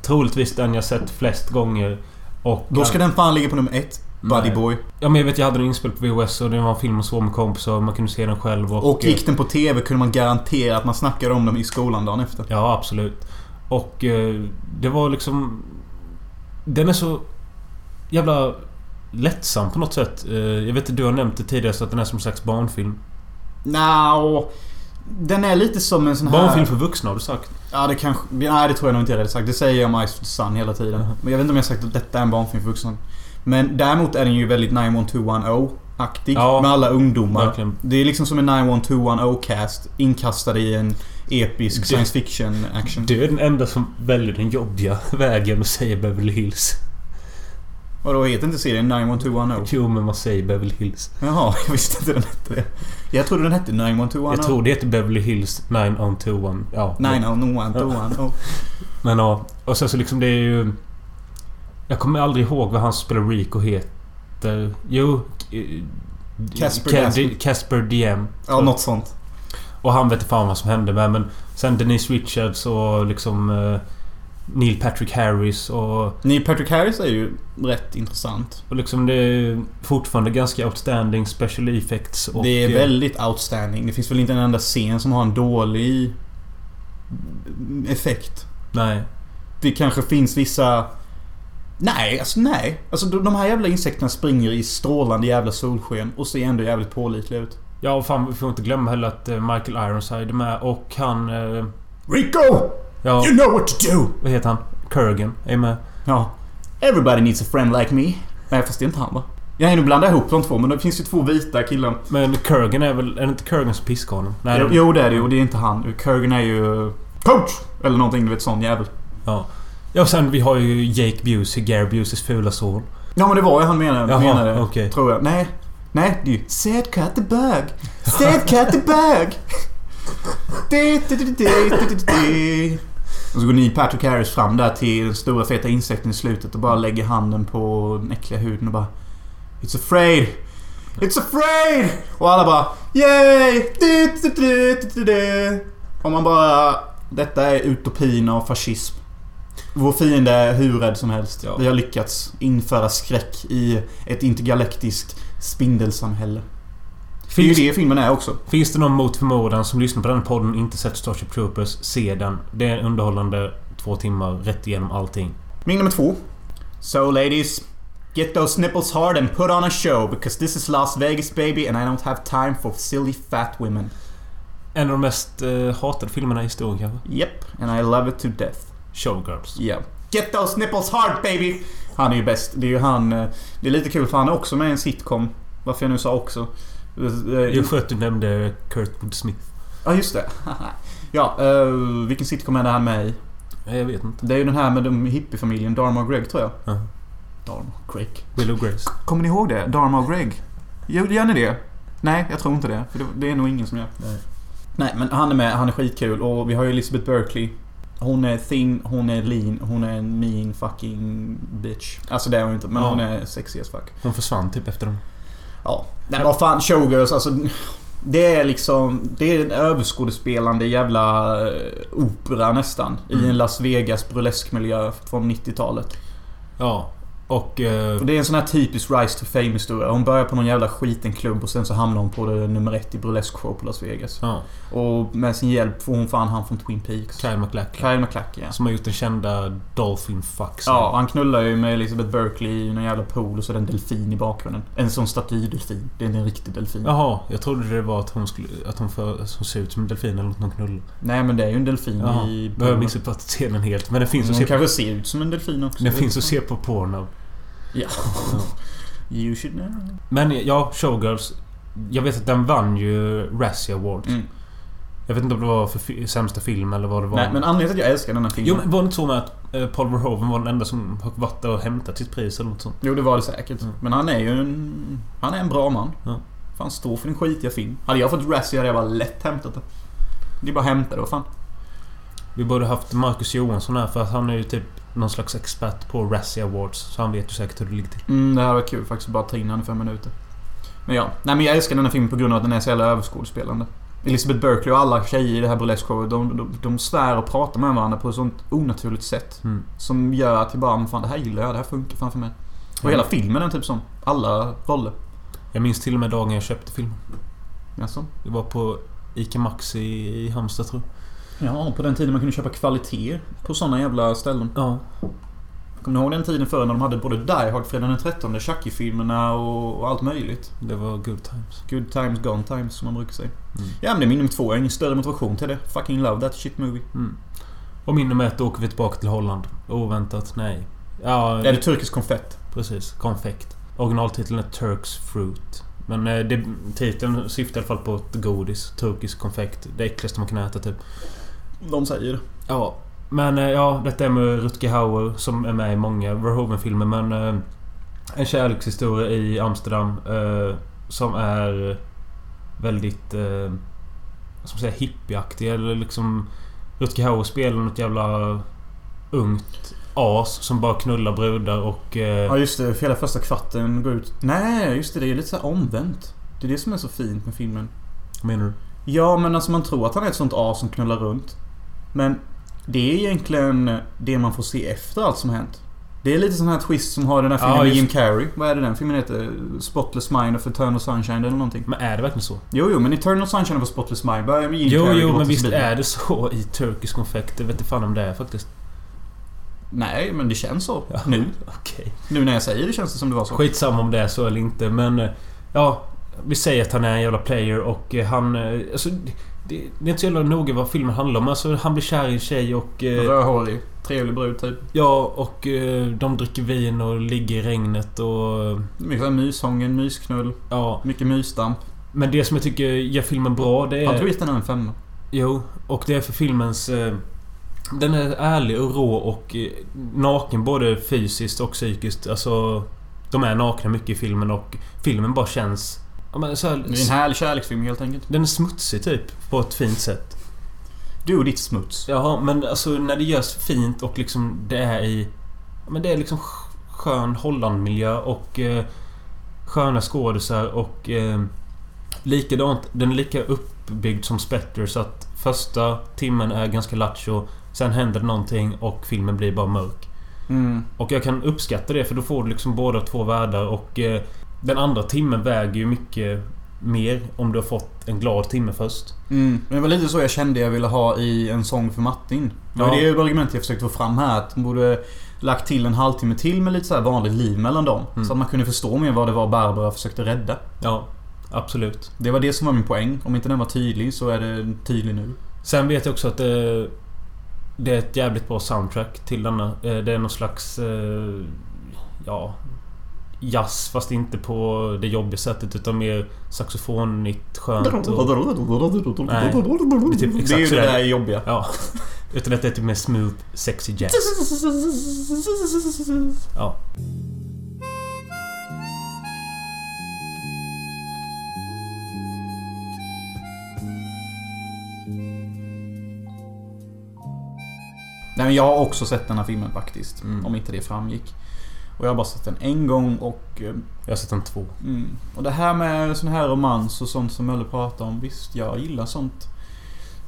troligtvis den jag sett flest gånger. Och
Då ska den fan ligga på nummer ett. Buddy
Nej.
Boy.
Ja men jag vet jag hade den inspelad på VHS och det var en film man såg med kompisar och man kunde se den själv och...
Och eh, gick den på TV kunde man garantera att man snackade om dem i skolan dagen efter.
Ja absolut. Och eh, det var liksom... Den är så jävla lättsam på något sätt. Eh, jag vet inte, du har nämnt det tidigare så att den är som en slags barnfilm.
Nja... Den är lite som en sån här...
Barnfilm för vuxna har du sagt.
Ja det kanske... Nej det tror jag nog inte jag hade sagt. Det säger jag om Ice of the Sun hela tiden.
Mhm.
Men jag vet inte om jag har sagt att detta är en barnfilm för vuxna. Men däremot är den ju väldigt 91210-aktig.
Ja.
med alla ungdomar.
Verkligen.
Det är liksom som en 91210-cast inkastad i en episk
Det-
science fiction action.
Du är den enda som väljer den jobbiga vägen och säger Beverly Hills.
Vadå heter inte serien 91210?
Jo, men man säger Beverly Hills.
oh? Jaha, jag visste inte den hette det. Jag trodde den hette 91210.
Jag tror det heter Beverly Hills 90210. Ja.
oh. 91210.
Men ja. Och sen så liksom det är ju... Jag kommer aldrig ihåg vad han som spelar Rico heter. Jo... eh,
Casper
Ca-
Gaspar.
D- Casper DM.
Ja, något sånt.
Och han vet fan vad som hände med. Men sen Denise Richards och liksom... eh, Neil Patrick Harris och...
Neil Patrick Harris är ju rätt intressant.
Och liksom det är fortfarande ganska outstanding special effects och...
det är
eh,
väldigt outstanding. Det finns väl inte en enda scen som har en dålig effekt.
Nej.
Det kanske finns vissa... Nej, alltså nej. Alltså de de här jävla insekterna springer i strålande jävla solsken och ser ändå jävligt pålitliga ut.
Ja, och fan vi får inte glömma heller att eh, Michael Ironside är med och han... eh,
Rico!
Ja,
You know what to do!
vad heter han? Kurgan är med.
Ja. Everybody needs a friend like me. Nej, fast det är inte han va? Jag är nu blandar ihop de två, men det finns ju två vita killar.
Men Kurgan är väl... Är det inte Kurgan som piskar honom? Nej,
Jo,
det-
jo, det är det ju. Och det är inte han. Kurgan är ju... Coach! Eller någonting, du vet sån jävel.
Ja, och sen vi har ju Jake Busey, Gary Buseys fula son.
Ja men det var ju han menade,
Jaha,
menade
okej.
tror jag. Nej. Nej, det är ju Sad cut the bug. Sad cut the bug. Du, du, du, du, du, du, du. Och så går ni Patrick Harris fram där till den stora feta insekten i slutet och bara lägger handen på den äckliga huden och bara It's afraid. It's afraid! Och alla bara Yay! Du, du, du, du, du, du. Och man bara Detta är utopin av fascism. Vår fiende är hur rädd som helst.
Ja.
Vi har lyckats införa skräck i ett intergalaktiskt spindelsamhälle. Det är ju
Finns,
det filmen är också.
finns det någon mot förmodan som lyssnar på den podden och inte sett Starship Troopers? Se den. Det är en underhållande två timmar rätt igenom allting.
Min nummer två. So ladies, get those nipples hard and put on a show because this is Las Vegas baby and I don't have time for silly fat women.
En av de mest eh, hatade filmerna i historien kanske?
Yep, and I love it to death.
Showgirls.
Yeah. Get those nipples hard baby! Han är ju bäst. Det är ju han... eh, Det är lite kul för han är också med i en sitcom. Varför jag nu sa också. Eh, eh,
Jag sköt du nämnde Kurt Woodsmith.
Ja, just det. ja, eh, vilken sitcom är det han med i?
Nej, jag vet inte.
Det är ju den här med de hippiefamiljen Dharma och Greg, tror jag.
Ja.
Dharma och Greg.
Willow Grace.
Kommer ni ihåg det? Dharma och Greg? Gör, gör ni det? Nej, jag tror inte det. För det, det är nog ingen som gör.
Nej.
Nej, men han är med. Han är skitkul. Och vi har ju Elizabeth Berkley. Hon är thin, hon är lean, hon är en mean fucking bitch. Alltså det är hon inte, men
Ja.
hon är sexy as fuck.
Hon försvann typ efter dem.
Ja. Nej, vad fan. Showgirls, alltså. Det är liksom... Det är en överskådespelande jävla eh, opera nästan. I en Las Vegas burleskmiljö från 90-talet.
Ja. Och... Eh,
Och det är en sån här typisk Rise to Fame historia. Hon börjar på någon jävla skiten klubb och sen så hamnar hon på det nummer ett i burleskshow på Las Vegas.
ja.
Och med sin hjälp får hon fan han från Twin Peaks.
Kyle MacLachlan.
Kyle MacLachlan. ja.
Som har gjort den kända Dolphin Fuck.
Ja, han knullar ju med Elizabeth Berkley i någon jävla pool och så är det en delfin i bakgrunden. En sån statydelfin. Det är en riktig delfin.
Jaha, jag trodde det var att hon skulle... Att hon, för, att hon ser ut som en delfin eller något någon knull.
Nej men det är ju en delfin
Jaha.
i...
Då har jag missuppfattat scenen helt. Men den finns,
Hon
att se, på,
Mm. kanske ser ut som en delfin också.
den finns att se på Pornhub.
Ja. Mm. You should know.
Men ja, Showgirls. Jag vet att den vann ju Razzie Awards.
Mm.
Jag vet inte om det var för fi- sämsta film eller vad det var.
Nej men anledningen till att jag älskar den här filmen.
Jo, men var det inte så med att eh, Paul Verhoeven var den enda som har varit där och hämtat sitt pris eller något sånt?
Jo, det var det säkert.
Mm.
Men han är ju en... Han är en bra man.
Ja.
Fan, stå för din skitiga film. Hade jag fått Razzie hade jag bara lätt hämtat det. Det är bara att hämta det, vad fan.
Vi borde haft Marcus Johansson här för att han är ju typ någon slags expert på Razzie Awards. Så han vet ju säkert hur det ligger till.
Mm, det här var kul faktiskt. Bara ta in han i fem minuter. Men ja. Nej, men jag älskar den här filmen på grund av att den är så jävla överskådespelande. Elizabeth Berkley och alla tjejer i det här burleskshowen, de, de, de svär och pratar med varandra på ett sånt onaturligt sätt.
Mm.
Som gör att jag bara, men fan det här gillar jag, det här funkar fan för mig. Och
Mm.
hela filmen är typ sån. Alla roller.
Jag minns till och med dagen jag köpte filmen.
Jaså?
Det var på Ica Maxi i Halmstad tror jag.
Ja, på den tiden man kunde köpa kvaliteter på såna jävla ställen.
Ja.
Kommer ni ihåg den tiden förr när de hade både Die Hard, Fredag den 13, Chucky-filmerna och, och allt möjligt?
Det var good times.
Good times, gone times som man brukar säga. Ja men det är min nummer två. Jag har ingen större motivation till det. Fucking love that shit movie.
Mm. Och min nummer ett då åker vi tillbaka till Holland. Oväntat, nej. Ja,
Är det turkisk konfett?
precis. Konfekt. Originaltiteln är Turks Fruit. Men eh, det, titeln syftar i alla fall på ett godis. Turkisk konfekt. Det äckligaste man kan äta typ.
De säger det.
Ja. Men eh, ja, detta är med Rutger Hauer som är med i många Verhoeven-filmer men... eh, En kärlekshistoria i Amsterdam eh, som är väldigt... Eh, vad ska man säga? Hippieaktig eller liksom... Rutger Hauer spelar något jävla ungt as som bara knullar brudar och... Eh,
Ja just det. För hela första kvarten går ut... Nej, just det. Det är lite så här omvänt. Det är det som är så fint med filmen.
vad menar du?
Ja men alltså man tror att han är ett sånt as som knullar runt. Men det är egentligen det man får se efter allt som hänt. Det är lite sån här twist som har den här filmen
Ja,
med
just-
Jim Carrey. Vad är det den filmen heter? Spotless Mind of Eternal Sunshine eller någonting.
Men är det verkligen så?
Jo, jo, men Eternal Sunshine of a Spotless Mind börjar med Jim
Jo,
Carrey
jo,
gråter
men
sig
visst
bilen.
är det så i turkisk konfekt. Jag vet inte fan om det är faktiskt.
Nej, men det känns så.
Ja.
Nu.
Okej.
Nu när jag säger det känns det som det var så.
Skitsamma om det är så eller inte men... eh, Ja, vi säger att han är en jävla player och eh, han... eh, Alltså, det, det är inte så jävla noga vad filmen handlar om. Alltså, han blir kär i en tjej och... eh,
Rödhårig. Trevlig brud typ.
Ja, och eh, de dricker vin och ligger i regnet och... eh,
Mycket så här myshången, mysknull,
Ja.
mycket mysdamp.
Men det som jag tycker gör filmen bra det
Har du
är...
gett den här en femma?
Jo, och det är för filmens... eh, Den är ärlig och rå och eh, naken både fysiskt och psykiskt. Alltså... De är nakna mycket i filmen och filmen bara känns... Ja, men så här,
Det är en härlig kärleksfilm helt enkelt.
den är smutsig typ, på ett fint sätt.
Du och ditt smuts.
Jaha, men alltså när det görs fint och liksom det är i... ja, Men det är liksom sk- skön Hollandmiljö och eh, sköna skådisar och eh, likadant. Den är lika uppbyggd som Spectre så att första timmen är ganska lattjo. Sen händer det någonting och filmen blir bara mörk.
Mm.
Och jag kan uppskatta det för då får du liksom båda två världar och eh, den andra timmen väger ju mycket mer om du har fått en glad timme först.
Mm. Men det var lite så jag kände jag ville ha i En sång för Martin. Det var
Ja.
det argumentet jag försökte få fram här. Att de borde lagt till en halvtimme till med lite så här vanligt liv mellan dem.
Mm.
Så att man kunde förstå mer vad det var Barbara försökte rädda.
Ja, absolut.
Det var det som var min poäng. Om inte den var tydlig så är den tydlig nu.
Sen vet jag också att det, det är ett jävligt bra soundtrack till denna. Eh, Det är någon slags... eh, Ja... Jazz fast inte på det jobbiga sättet utan mer saxofonigt skönt och... Nej.
Det är,
typ
typ
exakt
det är ju det
sådär.
där jobbiga.
Ja. Utan att det är typ mer smooth, sexy jazz. Ja.
Nej, men jag har också sett den här filmen faktiskt.
Mm.
Om inte det framgick. Och jag har bara sett den en gång och... eh,
Jag har sett en två.
Mm. Och det här med sån här romans och sånt som Mölle pratar om. Visst, jag gillar sånt.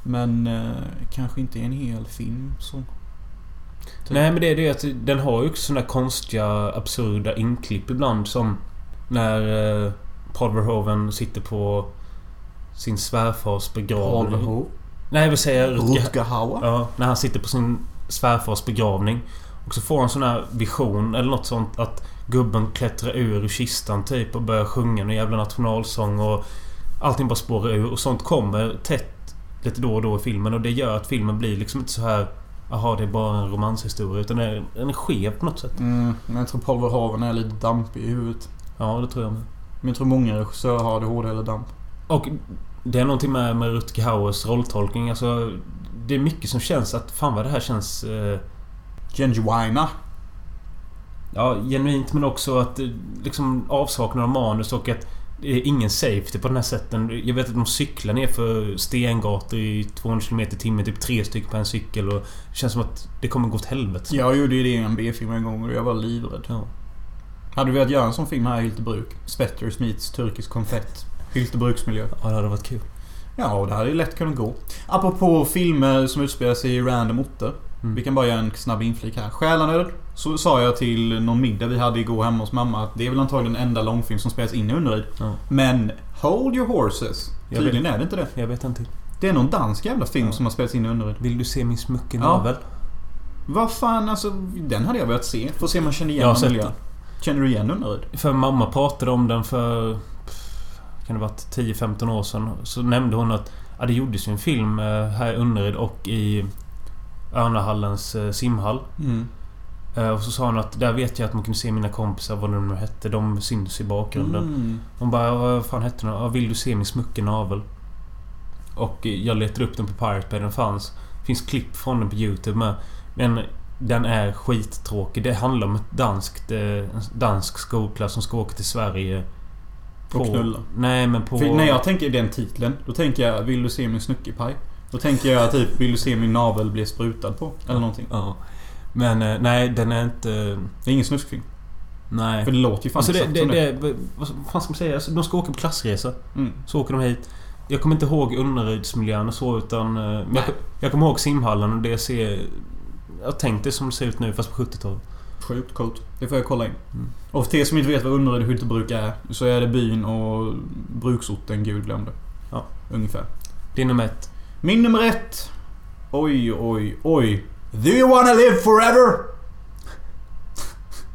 Men eh, kanske inte i en hel film så. Typ.
Nej men det är det att den har ju också såna konstiga, absurda inklipp ibland som när eh, Paul Verhoeven sitter på sin svärfars begravning. Nej vad säger jag? Rutger-
Rutger Hauer.
Ja, när han sitter på sin svärfars begravning. Och så får han sån här vision eller något sånt att gubben klättrar ur ur kistan typ och börjar sjunga någon jävla nationalsång och allting bara spårar ur. Och sånt kommer tätt lite då och då i filmen och det gör att filmen blir liksom inte så här Jaha, det är bara en romanshistoria. Utan den är, den är skev på något sätt.
Mm, men jag tror Paul Verhoeven är lite dampig i huvudet.
Ja, det tror jag med.
Men jag tror många regissörer har ADHD eller damp.
Och det är någonting med, med Rutger Hauers rolltolkning. Alltså, det är mycket som känns att fan vad det här känns... Eh,
Genjuina.
Ja, genuint men också att eh, liksom avsaknad av manus och att det är ingen safety på den här sätten. Jag vet att de cyklar ner för stengator i 200 km i timmen. Typ tre stycken på en cykel och det känns som att det kommer gå åt helvete.
Jag gjorde ju det i en B-film en gång och jag var livrädd.
Ja.
Hade du velat göra en sån film här i Hyltebruk? Spetters meets turkisk konfett. Hyltebruksmiljö.
ja, det hade varit kul.
Ja, och det hade ju lätt kunnat gå. Apropå filmer som utspelar sig i random orter.
Mm.
Vi kan bara göra en snabb inflik här. Själanöd. Så sa jag till någon middag vi hade igår hemma hos mamma att det är väl antagligen den enda långfilm som spelas in i Underyd.
Ja.
Men Hold Your Horses.
Jag
Tydligen är det inte det.
Jag vet inte.
Det är någon dansk jävla film
Ja.
som har spelats in i Underyd.
Vill du se min smucke
Ja.
navel?
Vad fan alltså, den hade jag velat se. Får se om man känner
Jag
igen
har sett
miljön. Känner du igen Unnaryd?
För mamma pratade om den för... pff, Kan det ha varit 10-15 år sedan? Så nämnde hon att ja, det gjordes ju en film eh, här i Önnered och i Örnahallens eh, simhall.
Mm.
Eh, Och så sa hon att där vet jag att man kunde se mina kompisar, vad de nu hette. De syns i bakgrunden.
Mm.
Hon bara, vad fan hette de? Ja, Vill du se min smucke navel? Och eh, jag letade upp den på Pirate Bay, den fanns. Det finns klipp från den på YouTube med. Men den är skittråkig. Det handlar om ett danskt, eh, en dansk skolklass som ska åka till Sverige.
Och knulla.
Nej men på...
För när jag tänker den titeln, då tänker jag Vill du se min snuckepaj? Då tänker jag typ Vill du se min navel bli sprutad på? Eller någonting.
Ja. Men eh, nej, den är inte...
Det är ingen snuskfilm.
Nej.
För det låter ju fan
Alltså det,
exakt
det,
som det.
det, vad fan ska man säga? Alltså, de ska åka på klassresa.
Mm.
Så åker de hit. Jag kommer inte ihåg Unnerydsmiljön och så utan... eh, Men jag, jag kommer ihåg simhallen och det ser... Jag tänkte som det ser ut nu fast på 70-talet.
Sjukt coolt. Det får jag kolla in.
Mm.
Och för er som inte vet vad Unnaryd och Hyltebruk är, så är det byn och bruksorten Gud glömde.
Ja.
Ungefär.
Det är nummer ett.
Min nummer ett. Oj, oj, oj. Do you wanna live forever?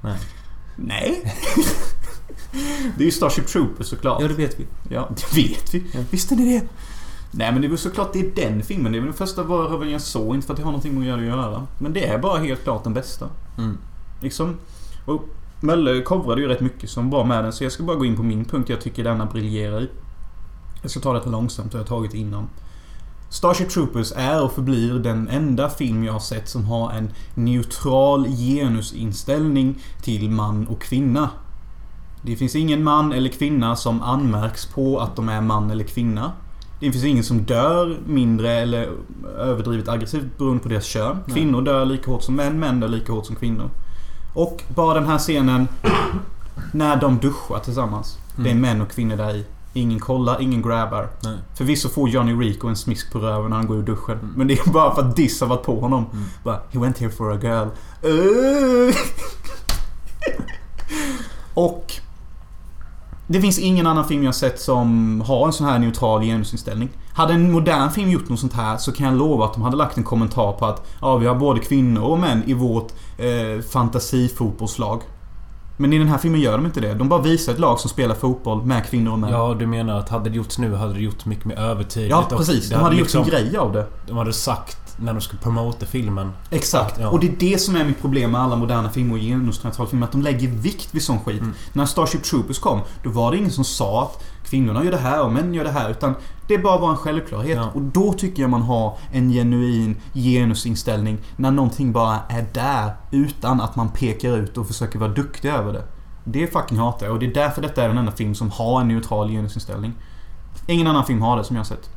Nej.
Nej. det är ju Starship Troopers såklart.
Ja, det vet vi.
Ja, det vet vi.
Ja.
Visste ni det? Nej men det är väl såklart det är den filmen. Det är väl den första varöven jag såg. Inte för att det har någonting att göra- göra. Men det är bara helt klart den bästa.
Mm.
Liksom. Och Mölle covrade ju rätt mycket som var med den. Så jag ska bara gå in på min punkt jag tycker denna briljerar i. Jag ska ta detta långsamt. Jag har tagit det innan. Starship Troopers är och förblir den enda film jag har sett som har en neutral genusinställning till man och kvinna. Det finns ingen man eller kvinna som anmärks på att de är man eller kvinna. Det finns ingen som dör mindre eller överdrivet aggressivt beroende på deras kön. Kvinnor dör lika hårt som män, män dör lika hårt som kvinnor. Och bara den här scenen när de duschar tillsammans. Det är män och kvinnor där i. Ingen kollar, ingen grabbar.
Nej.
Förvisso får Johnny Rico en smisk på röven när han går ur duschen. Men det är bara för att Diss har varit på honom. Bara, He went here for a girl. Öh. och... Det finns ingen annan film jag sett som har en sån här neutral genusinställning. Hade en modern film gjort något sånt här så kan jag lova att de hade lagt en kommentar på att ja, vi har både kvinnor och män i vårt eh, fantasifotbollslag. Men i den här filmen gör de inte det. De bara visar ett lag som spelar fotboll med kvinnor och män.
Ja, du menar att hade det gjorts nu hade det gjorts mycket mer övertydligt.
Ja,
och
precis.
det
De hade gjort
liksom-
en grej av det.
De hade sagt när de skulle promota filmen.
Exakt.
Ja.
Och det är det som är mitt problem med alla moderna filmer och genusneutrala filmer. Att de lägger vikt vid sån
Mm.
skit. När Starship Troopers kom, då var det ingen som sa att kvinnorna gör det här och männen gör det här. Utan det bara var en självklarhet.
Ja.
Och då tycker jag man har en genuin genusinställning. När någonting bara är där utan att man pekar ut och försöker vara duktig över det. Det fucking hatar jag. Och det är därför detta är den enda film som har en neutral genusinställning. Ingen annan film har det som jag har sett.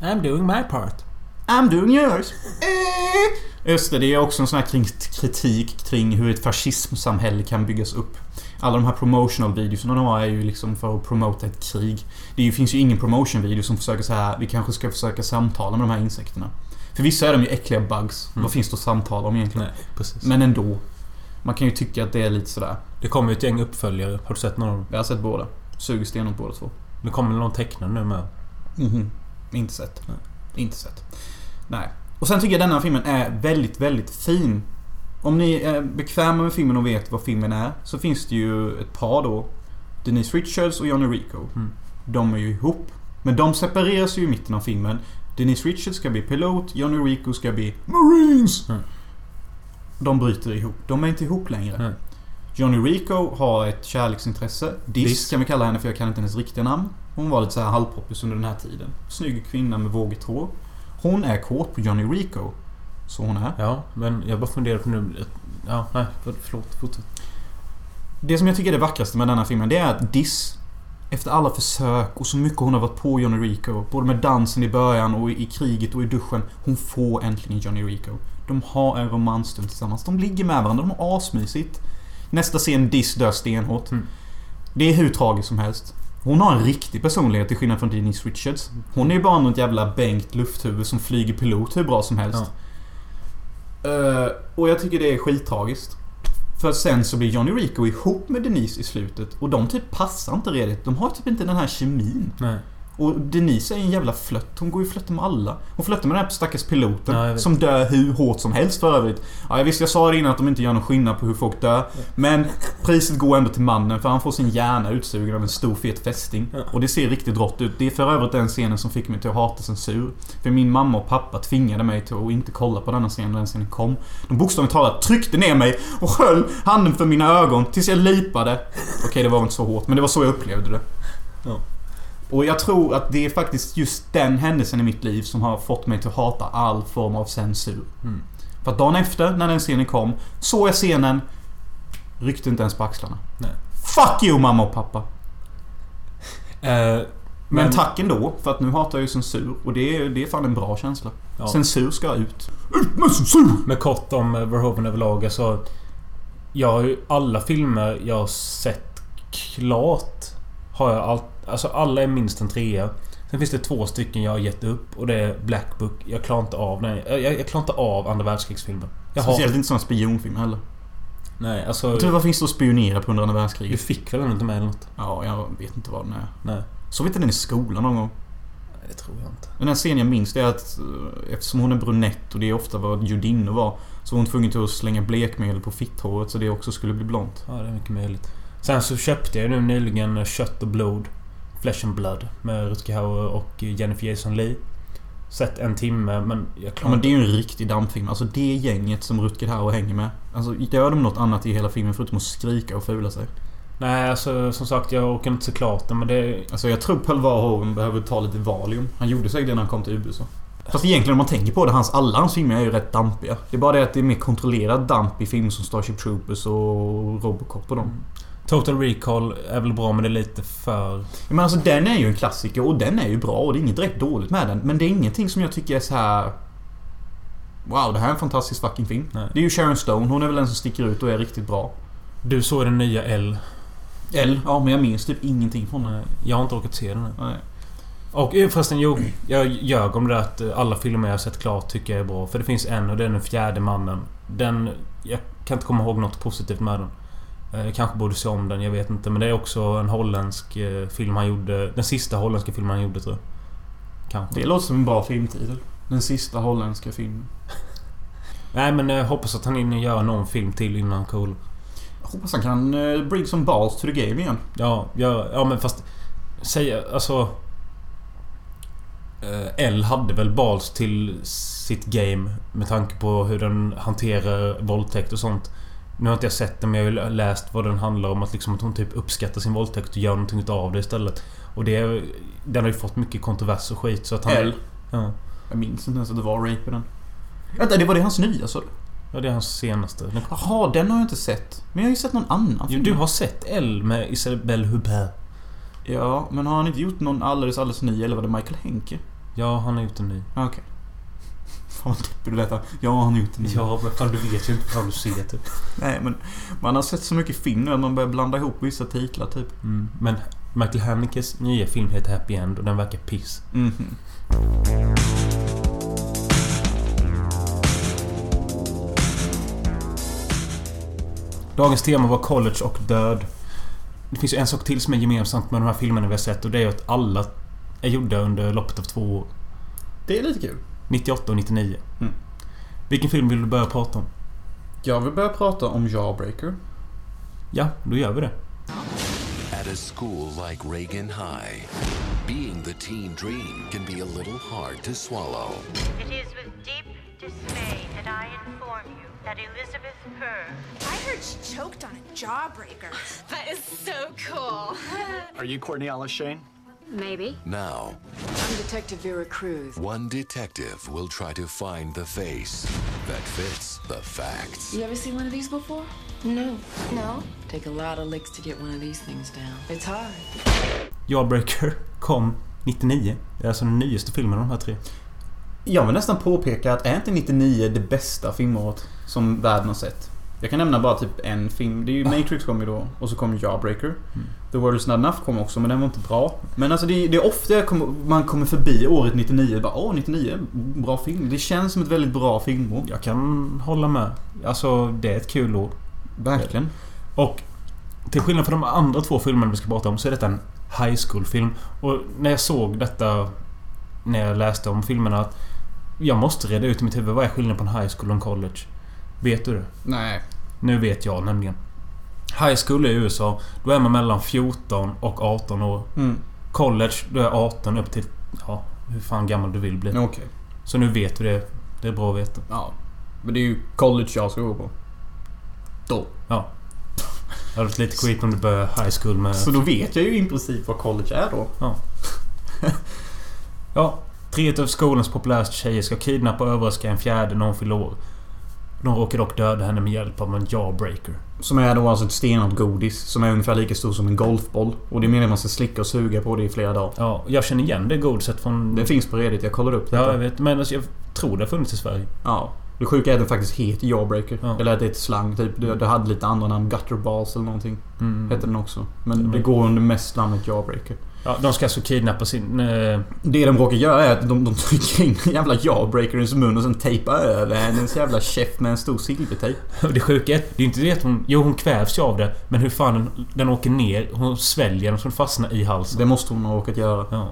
I'm doing my part.
I'm doing yours. Eh. Just det, det är också en sån här kring, kritik kring hur ett fascismsamhälle kan byggas upp. Alla de här promotional videorna de har är ju liksom för att promota ett krig. Det är ju- finns ju ingen promotion video som försöker så här. vi kanske ska försöka samtala med de här insekterna. För vissa är de ju äckliga bugs. Vad finns det att samtala om egentligen?
Mm. Nej, precis.
Men ändå. Man kan ju tycka att det är lite sådär.
Det kommer ju ett gäng uppföljare. Har du sett någon av dem?
Jag har sett båda. Suger stenhårt båda två.
Det kommer någon tecknad nu med. Mm-hmm.
Mhm. Inte sett. Inte sett. Nej. Och sen tycker jag denna filmen är väldigt, väldigt fin. Om ni är bekväma med filmen och vet vad filmen är så finns det ju ett par då. Denise Richards och Johnny Rico.
Mm.
De är ju ihop. Men de separeras ju i mitten av filmen. Denise Richards ska bli pilot, Johnny Rico ska bli Marines!
Mm.
De bryter ihop. De är inte ihop längre.
Mm.
Johnny Rico har ett kärleksintresse. Diss, kan vi kalla henne för jag kan inte hennes riktiga namn. Hon var lite så här halvpoppis under den här tiden. Snygg kvinna med vågigt hår. Hon är kåt på Johnny Rico. Så hon är.
Ja, men jag bara funderar på nu... Ja, nej. för- Förlåt. Fortsätt.
Det som jag tycker är det vackraste med denna filmen det är att Diss efter alla försök och så mycket hon har varit på Johnny Rico. Både med dansen i början och i kriget och i duschen. Hon får äntligen Johnny Rico. De har en romansstund tillsammans. De ligger med varandra. De har asmysigt. Nästa scen Diss dör stenhårt.
Mm.
Det är hur tragiskt som helst. Hon har en riktig personlighet till skillnad från Denise Richards. Hon är ju bara något jävla bänkt lufthuvud som flyger pilot hur bra som helst.
Ja.
Eh, och jag tycker det är skittragiskt. För sen så blir Johnny Rico ihop med Denise i slutet och de typ passar inte redigt. De har typ inte den här kemin.
Nej.
Och Denise är en jävla flött. Hon går ju och flörtar med alla. Hon flörtar med den här stackars piloten.
Ja, jag vet.
som dör hur hårt som helst för övrigt. Ja, jag visste jag sa det innan att de inte gör någon skillnad på hur folk dör. Men priset går ändå till mannen för han får sin hjärna utsugen av en stor fet fästing.
Ja.
Och det ser riktigt rått ut. Det är för övrigt den scenen som fick mig till att hata censur. För min mamma och pappa tvingade mig till att inte kolla på denna scenen när den scenen kom. De bokstavligt talat tryckte ner mig och höll handen för mina ögon tills jag lipade. Okej, det var väl inte så hårt, men det var så jag upplevde det. Och jag tror att det är faktiskt just den händelsen i mitt liv som har fått mig till att hata all form av censur.
Mm.
För att dagen efter, när den scenen kom, såg jag scenen. Ryckte inte ens på axlarna.
Nej.
Fuck you mamma och pappa!
Eh,
Men,
Men-
tack ändå, för att nu hatar jag ju censur. Och det är, det är fan en bra känsla.
Ja.
Censur ska ut. Ut med censur!
med kort om eh, Verhoeven överlag. Alltså, jag har ju alla filmer jag har sett klart. Har jag allt, alltså alla är minst en trea. Sen finns det två stycken jag har gett upp och det är Black Book. Jag klarar inte av den. Jag, jag, jag klarar inte av andra världskrigsfilmer. Jag har...
Speciellt inte sån spionfilm heller.
Nej, alltså...
Jag tror varför finns det att spionera på under andra
Du
världskriget?
fick väl ändå inte med eller något?
Ja, jag vet inte vad den är.
Nej.
Såg vi inte den i skolan någon gång?
Nej, det tror jag inte.
Den här scenen jag minns det är att eh, eftersom hon är brunett och det är ofta vad judinnor var så var hon tvungen till att slänga blekmedel på fitthåret så det också skulle bli blont.
Ja, det är mycket möjligt. Sen så köpte jag ju nu nyligen Kött och blod. Flesh and Blood. Med Rutger Hauer och Jennifer Jason Leigh. Sett en timme men jag
Ja,
klarar
men det är ju en riktig dammfilm. Alltså det gänget som Rutger Hauer hänger med. Alltså gör de något annat i hela filmen förutom att skrika och fula sig?
Nej, alltså som sagt jag orkar inte se klart den men det...
Alltså jag tror Paul Verhoeven behöver ta lite Valium. Han gjorde säkert det när han kom till USA. Fast egentligen om man tänker på det, hans, alla hans filmer är ju rätt dampiga. Det är bara det att det är mer kontrollerad damp i filmer som Starship Troopers och Robocop och dem.
Total Recall är väl bra men det är lite för...
Men alltså den är ju en klassiker och den är ju bra och det är inget direkt dåligt med den. Men det är ingenting som jag tycker är så här. Wow, det här är en fantastisk fucking film.
Nej.
Det är ju Sharon Stone. Hon är väl den som sticker ut och är riktigt bra.
Du såg den nya L.
Eller? Ja, men jag minns typ ingenting från den.
Nej, Jag har inte orkat se den än.
Nej.
Och eh, förresten, jo. Jag ljög om det där att eh, alla filmer jag har sett klart tycker jag är bra. För det finns en och det är Den fjärde mannen. Den... Jag kan inte komma ihåg något positivt med den. Eh, Jag kanske borde se om den, jag vet inte. Men det är också en holländsk eh, film han gjorde. Den sista holländska filmen han gjorde tror jag. Kanske.
Det låter som en bra filmtitel. Den sista holländska filmen.
Nej men jag hoppas att han hinner göra någon film till innan Cool.
Jag hoppas han kan eh, bring some balls to the game igen.
Ja, ja, ja men fast... Säga, alltså... eh, L hade väl balls till sitt game med tanke på hur den hanterar våldtäkt och sånt. Nu har inte jag sett den men jag har ju läst vad den handlar om. Att, liksom, att hon typ uppskattar sin våldtäkt och gör någonting utav det istället. Och det... Den har ju fått mycket kontrovers och skit så att han...
L.
Ja.
Jag minns inte ens att det var rape i den. Vänta, det var det hans nya sa du?
ja, det är hans senaste. Den-
Jaha, den har jag inte sett. Men jag har ju sett någon annan
Jo,
film.
du har sett L med Isabelle Hubert?
Ja, men har han inte gjort någon alldeles, alldeles ny eller var det Michael Henke?
Ja, han har gjort en ny.
Ja, Okej. Fan vad deppig du lät här. Ja, han har gjort en ny.
Ja, men fan du vet ju inte vad du ser typ.
Nej, men man har sett så mycket film nu att man börjar blanda ihop vissa titlar typ.
Mm, men Michael Hanekes nya film heter Happy End och den verkar piss.
Mhm.
Dagens tema var college och död. Det finns ju en sak till som är gemensamt med de här filmerna vi har sett och det är ju att alla är gjorda under loppet av två år.
Det är lite kul.
98 och 99.
Mm.
Vilken film vill du börja prata om?
Jag vill börja prata om Jawbreaker.
Ja, då gör vi det.
At a school like Reagan High, being the teen dream can be a little hard to swallow.
It is with deep dismay that I inform you that Elizabeth Kerr
I heard she choked on a jawbreaker.
That is so cool.
Are you Courtney Alice Shane?
Maybe.
Now,
I'm Detective Vera Cruz.
one detective will try to find the face that fits the facts.
You ever seen one of these before? No. No? Take a lot of licks to get one of these things down. It's hard.
Jawbreaker kom 99. Det är alltså den nyaste filmen av de här tre.
Jag vill nästan påpeka att är inte 99 det bästa filmåret som världen har sett? Jag kan nämna bara typ en film. Det är ju Matrix kom ju då och så kom Jawbreaker. The World Is Not Enough kom också men den var inte bra. Men alltså det är, det är ofta jag kommer, man kommer förbi året 99 och bara åh 99, bra film. Det känns som ett väldigt bra filmår.
Jag kan hålla med. Alltså, det är ett kul ord.
Verkligen.
Och till skillnad från de andra två filmerna vi ska prata om så är detta en high school-film. Och när jag såg detta när jag läste om filmerna att jag måste reda ut i mitt huvud vad är skillnaden på en high school och en college? Vet du det?
Nej.
Nu vet jag nämligen. High school i USA, då är man mellan 14 och 18 år.
Mm.
College, då är 18 upp till... Ja, hur fan gammal du vill bli.
Okej.
Så nu vet du det. Det är bra att veta.
Ja. Men det är ju college jag ska gå på. Då.
Ja. Det hade varit lite skit om du började high school med...
Så då vet jag ju i princip vad college är då.
Ja, tre av skolans populäraste tjejer ska kidnappa och överraska en fjärde när hon fyller år. De råkar dock döda henne med hjälp av en jawbreaker.
Som är då alltså ett stenat godis som är ungefär lika stor som en golfboll. Och det menar man ska slicka och suga på det i flera dagar.
Ja, jag känner igen det godiset från...
Det finns på Reddit, jag kollade upp
Ja,
detta.
jag vet. Men alltså, jag tror det har funnits i Sverige.
Ja. Det sjuka är att den faktiskt heter Jawbreaker.
Ja.
Eller att det är ett slang typ. Det, det hade lite andra namn. Gutterballs eller någonting. Hette den också. Men det går under mest namnet Jawbreaker.
Ja, de ska alltså kidnappa sin... Eh,
Det de råkar göra är att de, de trycker in en jävla Jawbreaker i hennes mun och sen tejpar över hennes jävla käft med en stor silvertejp.
och det sjuka är, det är inte det att hon... Jo, hon kvävs ju av det. Men hur fan den, den åker ner. Hon sväljer den så den fastnar i halsen.
Det måste hon ha råkat göra.
Ja.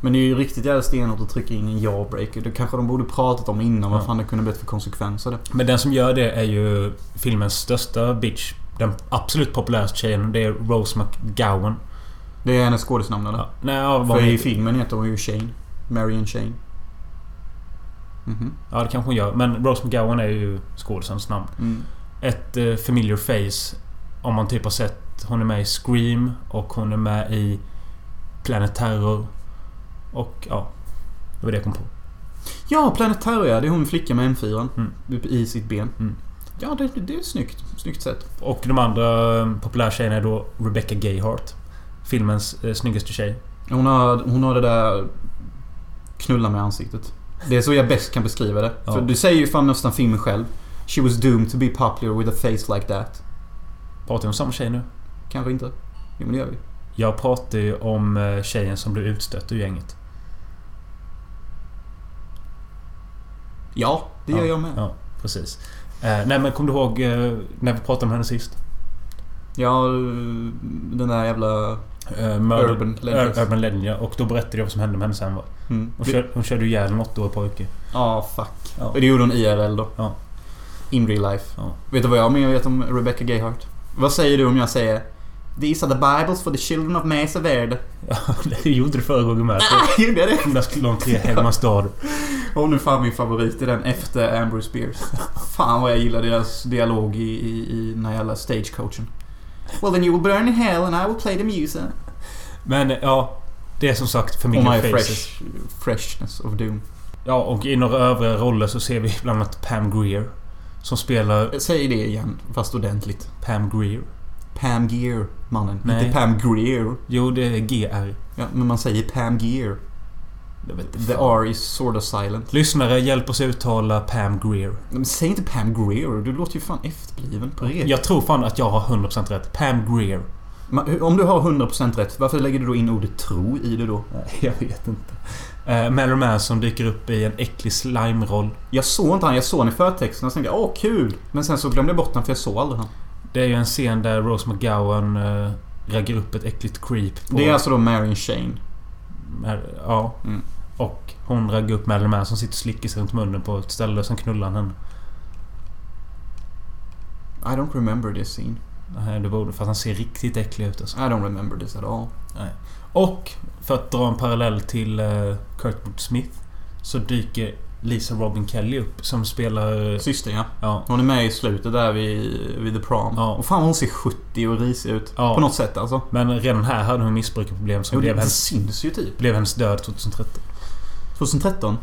Men det är ju riktigt jävla stenhårt att trycka in en jawbreaker. Det kanske de borde pratat om innan vad
Ja.
fan det kunde blivit för konsekvenser. Det.
Men den som gör det är ju filmens största bitch. Den absolut populäraste tjejen. Det är Rose McGowan.
det är hennes skådisnamn eller?
Ja. Nej, ja, vad hon
för i
heter.
filmen heter hon ju Shane. Marion Shane. Mhm.
Ja, det kanske hon gör. Men Rose McGowan är ju skådisens namn.
Mm.
Ett eh, familiar face. Om man typ har sett... Hon är med i Scream och hon är med i Planet Terror. Och ja... Det var det jag kom på.
Ja, Planet Terror ja. Det är hon flickan med M4.
Mm.
I sitt ben. Ja, det, det är ett snyggt, snyggt sätt.
Och de andra eh, populärtjejerna är då Rebecca Gayheart. Filmens eh, snyggaste tjej.
Hon har, hon har det där... Knulla med ansiktet. Det är så jag bäst kan beskriva det.
Ja.
För du säger ju fan nästan filmen själv. She was doomed to be popular with a face like that.
Pratar jag om samma tjej nu?
Kanske inte. Jo, men det gör vi.
Jag pratar ju om eh, tjejen som blev utstött ur gänget.
Ja, det gör
Ja.
jag med.
Ja, precis. Eh, nej men kom du ihåg eh, när vi pratade om henne sist?
Ja, den där jävla...
Eh, mörd-
Urban Legend.
Ur- Urban Legend, ja. Och då berättade jag vad som hände med henne sen va?
Mm.
Hon, kör, hon körde ihjäl en åttaårig pojke.
Ja, fuck.
Ja.
Och det gjorde hon IRL då.
Ja.
In real life.
Ja.
Vet du vad jag mer vet om Rebecca Gayheart? Vad säger du om jag säger These are the Bibles for the children of Mesa Verde.
Ja, det gjorde du förra gången med.
Gjorde jag det?
De där skulle de tre hemma stad.
Hon är fan min favorit i den efter Ambrose Bierce. fan vad jag gillar deras dialog i, i, i den här jävla stagecoachen. Well then you will burn in hell and I will play the music.
Men eh, ja. Det är som sagt
Hon har ju
Familiar Faces.
fresh, freshness of doom.
Ja, och i några övriga roller så ser vi bland annat Pam Greer. Som spelar
Säg det igen, fast ordentligt.
Pam Greer.
Pam Gear, mannen.
Nej.
Inte Pam Greer.
Jo, det är GR.
Ja, men man säger Pam Gear.
Jag vet inte
The
fan.
R is sort of silent.
Lyssnare, hjälp oss uttala Pam Greer.
Men säg inte Pam Greer, du låter ju fan efterbliven på det.
Jag tror fan att jag har 100% rätt. Pam Greer.
Men hur- Om du har 100% rätt, varför lägger du då in ordet tro i det då?
Jag vet inte. Uh, Marilyn Manson dyker upp i en äcklig slime-roll.
Jag såg inte han, jag såg han i förtexten och så tänkte jag, åh kul! Men sen så glömde jag bort han för jag såg aldrig han.
Det är ju en scen där Rose McGowan eh, raggar upp ett äckligt creep på...
Det är alltså då Marion Shane.
Mar- ja.
Mm.
Och hon raggar upp Marilyn Manson, sitter och slickar sig runt munnen på ett ställe som knullar henne.
I don't remember this scene.
Nej, Eh, det borde... Fast han ser riktigt äcklig ut alltså.
I don't remember this at all.
Och för att dra en parallell till eh, Kurtwood Smith så dyker Lisa Robin Kelly upp som spelar...
Systern ja.
Ja.
Hon är med i slutet där vid, vid The Prom.
Ja.
Och fan vad hon ser 70 och risig ut.
Ja.
På något sätt alltså.
Men redan här hade hon missbrukarproblem som
Jo, det,
blev
det
hennes,
syns ju typ.
blev hennes död 2013.
2013?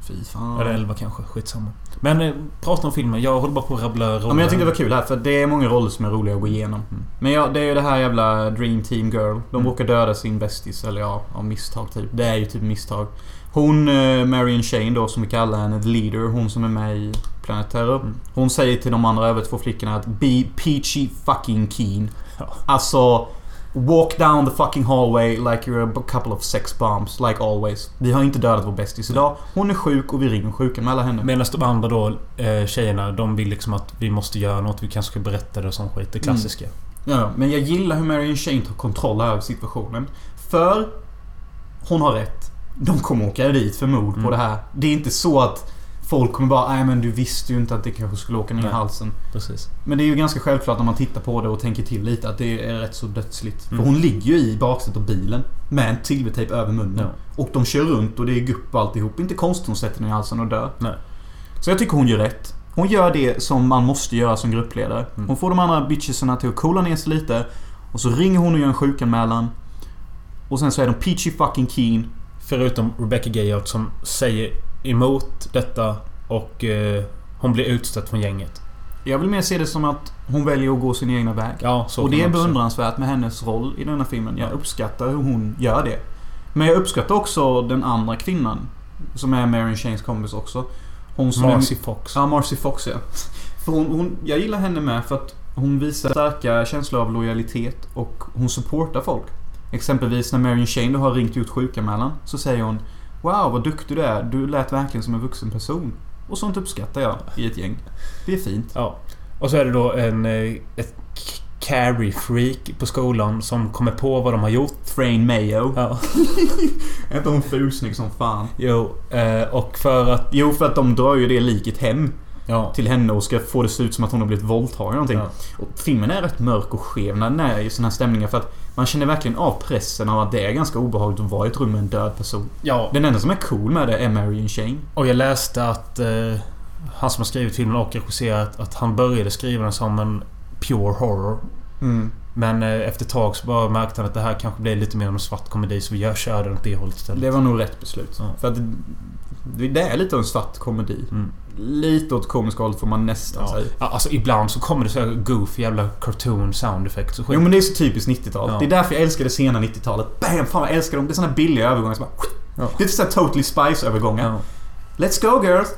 Fy fan.
Eller 11 kanske, skitsamma. Men eh, prata om filmen, jag håller bara på att rabbla roller.
Ja, men jag tyckte det var kul här för det är många roller som är roliga att gå igenom.
Mm.
Men ja, det är ju det här jävla Dream Team Girl. De
Mm.
råkar döda sin bästis, eller ja, av misstag typ. Det är ju typ misstag. Hon, eh, Marion Shane då, som vi kallar henne, the leader, hon som är med i Planet Terror.
Mm.
Hon säger till de andra över två flickorna att Be peachy fucking keen.
Ja.
Alltså... Walk down the fucking hallway like you're a couple of sex bombs, like always. Vi har inte dödat vår bästis idag. Hon är sjuk och vi ringer sjukanmäler henne.
Medan de andra då, eh, tjejerna, de vill liksom att vi måste göra något. Vi kanske ska berätta det och sån
Mm.
skit. Det klassiska.
Ja, men jag gillar hur Marion Shane tar kontroll över situationen. För hon har rätt. De kommer åka dit för mord på
Mm.
det här. Det är inte så att folk kommer bara nej men du visste ju inte att det kanske skulle åka ner i
Nej.
halsen.
Precis.
Men det är ju ganska självklart när man tittar på det och tänker till lite att det är rätt så dödsligt.
Mm.
För hon ligger ju i baksätet av bilen med en silvertejp över munnen. Och de kör runt och det är gupp och alltihop. Inte konstigt hon sätter ner halsen och dör.
Nej.
Så jag tycker hon gör rätt. Hon gör det som man måste göra som gruppledare.
Mm.
Hon får de andra bitchesarna till att coola ner sig lite. Och så ringer hon och gör en sjukanmälan. Och sen så är de peachy fucking keen.
Förutom Rebecca Gayard som säger emot detta och eh, hon blir utstött från gänget.
Jag vill mer se det som att hon väljer att gå sin egna väg.
Ja, så
och
kan
det är
man också-
beundransvärt med hennes roll i denna filmen. Jag
Ja.
uppskattar hur hon gör det. Men jag uppskattar också den andra kvinnan. Som är Marion Shanes kompis också. Hon som är-
Marcy Fox.
Ja, Marcy Fox ja. För hon, hon, jag gillar henne med för att hon visar starka känslor av lojalitet och hon supportar folk. Exempelvis när Marion Shane då har ringt och gjort sjukanmälan så säger hon Wow vad duktig du är, du lät verkligen som en vuxen person. Och sånt uppskattar jag i ett gäng. Det är fint.
Ja. Och så är det då en... eh, Ett k- carry-freak på skolan som kommer på vad de har gjort.
Frain Mayo.
Ja.
Är inte hon fulsnygg som fan?
Jo. eh, Och för att...
Jo, för att de drar ju det liket hem
Ja.
till henne och ska få det se ut som att hon har blivit våldtagen eller någonting. Och filmen är rätt mörk och skev när den är i såna här stämningar för att man känner verkligen av pressen av att det är ganska obehagligt att vara i ett rum med en död person.
Ja.
Den enda som är cool med det är Marion Shane.
Och jag läste att eh, han som har skrivit filmen och regisserat att han började skriva den som en pure horror.
Mm.
Men eh, efter ett tag så bara märkte han att det här kanske blir lite mer av en svart komedi så jag körde den åt det hållet istället.
Det var nog rätt beslut.
Ja.
För att det, det är lite av en svart komedi.
Mm.
Lite åt komiska hållet får man nästan
Ja.
säga.
Ja, alltså ibland så kommer det så här goofy jävla cartoon sound effects och skit.
Jo men det är så typiskt 90-tal.
Ja.
Det är därför jag älskar det sena 90-talet. Bam! Fan vad jag älskar dem. Det är såna billiga övergångar som bara...
Ja.
Det är såhär Totally Spice-övergångar.
Ja.
Let's go girls!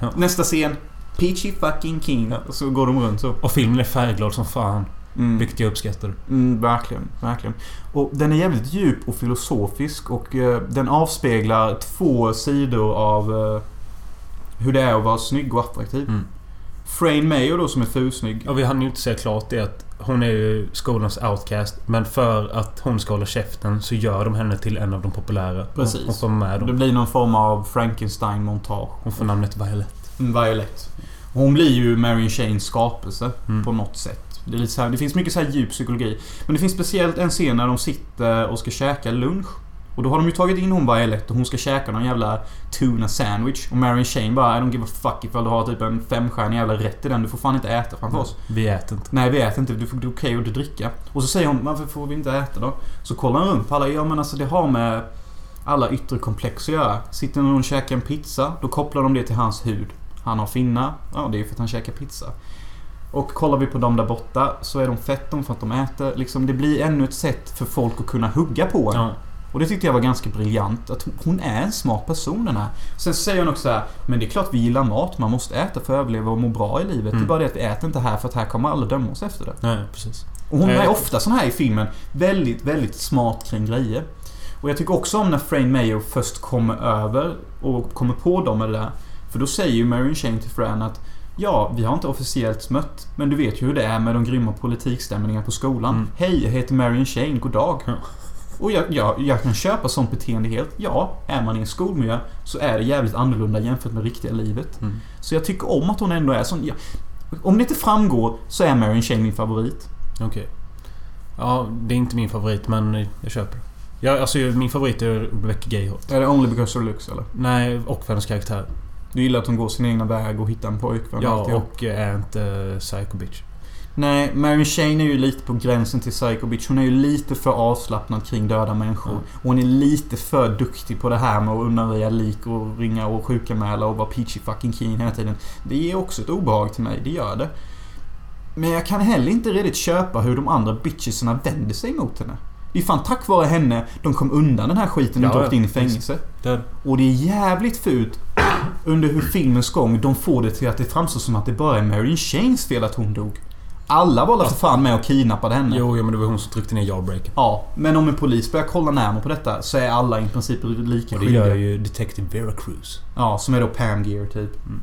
Ja.
Nästa scen. Peachy fucking king.
Ja.
Och så går de runt så.
Och filmen är färgglad som fan.
Mm.
Vilket jag uppskattar.
Mm, verkligen, verkligen. Och den är jävligt djup och filosofisk och eh, den avspeglar två sidor av eh, hur det är att vara snygg och attraktiv.
Mm.
Frame Mayo då som är fusnygg.
Ja, vi hann ju inte säga klart det att hon är ju skolans outcast. Men för att hon ska hålla käften så gör de henne till en av de populära.
Precis.
Hon, hon får med
Det
dem.
blir någon form av Frankenstein-montage.
Hon får namnet Violet.
Mm, Violet. Och Hon blir ju Marion Shanes skapelse
Mm.
på något sätt. Det, är lite så här, det finns mycket så här djup psykologi. Men det finns speciellt en scen när de sitter och ska käka lunch. Och då har de ju tagit in hon Violet och hon ska käka någon jävla tuna sandwich. Och Marion Shane bara I don't give a fuck ifall du har typ en femstjärnig jävla rätt i den. Du får fan inte äta framför oss.
Vi äter inte.
Nej vi äter inte, du får- det är okej att dricka. Och så säger hon varför får vi inte äta då? Så kollar hon runt på alla, ja men alltså det har med alla yttre komplex att göra. Sitter någon och käkar en pizza, då kopplar de det till hans hud. Han har finnar, ja det är för att han käkar pizza. Och kollar vi på dem där borta så är de fett de för att de äter. Liksom, det blir ännu ett sätt för folk att kunna hugga på en.
Ja.
Och det tyckte jag var ganska briljant. Att hon- hon är en smart person den här. Sen säger hon också så här, men det är klart vi gillar mat. Man måste äta för att överleva och må bra i livet. Det är
Mm.
bara det att vi äter inte här för att här kommer alla döma oss efter det.
Nej, precis.
Och hon är
Nej.
ofta sån här i filmen. Väldigt, väldigt smart kring grejer. Och jag tycker också om när Frame Mayo först kommer över och kommer på dem med det där. För då säger ju Marion Shane till Fran att Ja, vi har inte officiellt mött, men du vet ju hur det är med de grymma politikstämningarna på skolan.
Mm.
Hej, jag heter Marion Shane, god dag.
Ja.
Och jag, jag, jag kan köpa sånt beteende helt. Ja, är man i en skolmiljö så är det jävligt annorlunda jämfört med riktiga livet.
Mm.
Så jag tycker om att hon ändå är sån. Ja, om det inte framgår så är Marion Shane min favorit.
Okej. Ja, det är inte min favorit men jag köper det. Ja, alltså min favorit är Rebecca Gayhart.
Är det Only Because of Lux eller?
Nej, och för hennes karaktär.
Du gillar att hon går sin egna väg och hittar en pojkvän
Ja,
alltihop.
och eh, är inte psycho bitch.
Nej, Mary Shane är ju lite på gränsen till Psycho Bitch. Hon är ju lite för avslappnad kring döda människor.
Mm.
Och hon är lite för duktig på det här med att undanröja lik och ringa och sjukanmäla och vara peachy fucking keen hela tiden. Det ger också ett obehag till mig, det gör det. Men jag kan heller inte riktigt köpa hur de andra bitchesarna vänder sig mot henne. Det är fan tack vare henne de kom undan den här skiten och
Ja,
inte åkte in i
visst.
fängelse.
Där.
Och det är jävligt fult under hur filmens gång de får det till att det framstår som att det bara är Marion Shanes fel att hon dog. Alla var väl för fan med och kidnappade henne?
Jo, ja, men det var hon som tryckte ner jawbreaker.
Ja, men om en polis börjar kolla närmare på detta så är alla i princip lika
Och det gör
skyldiga.
ju Detective Vera Cruz.
Ja, som är då Pam Gear typ.
Mm.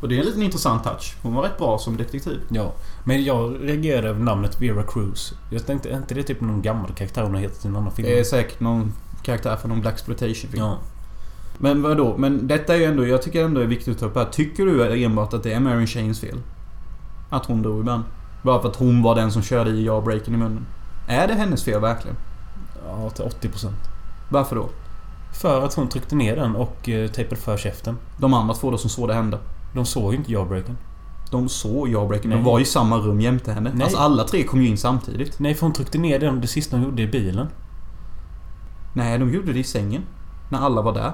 Och det är en liten intressant touch. Hon var rätt bra som detektiv.
Ja. Men jag reagerade över namnet Vera Cruz. Jag tänkte, är inte det typ någon gammal karaktär hon har hetat i en annan film?
Det är säkert någon karaktär från någon Black exploitation film
Mm. Ja.
Men vadå? Men detta är ju ändå, jag tycker ändå det är viktigt att ta upp här. Tycker du enbart att det är Marion Shanes fel? Att hon dog ibland? Bara för att hon var den som körde i jawbreaken i munnen? Är det hennes fel verkligen?
ja, till 80%.
Varför då?
För att hon tryckte ner den och eh, tejpade för käften.
De andra två då som såg det hända.
De såg ju inte jawbreakern.
De såg jawbreaken. De
Nej.
var i samma rum jämte henne.
Nej.
Alltså alla tre kom ju in samtidigt.
Nej, för hon tryckte ner den det sista hon gjorde i bilen.
Nej, de gjorde det i sängen. När alla var där.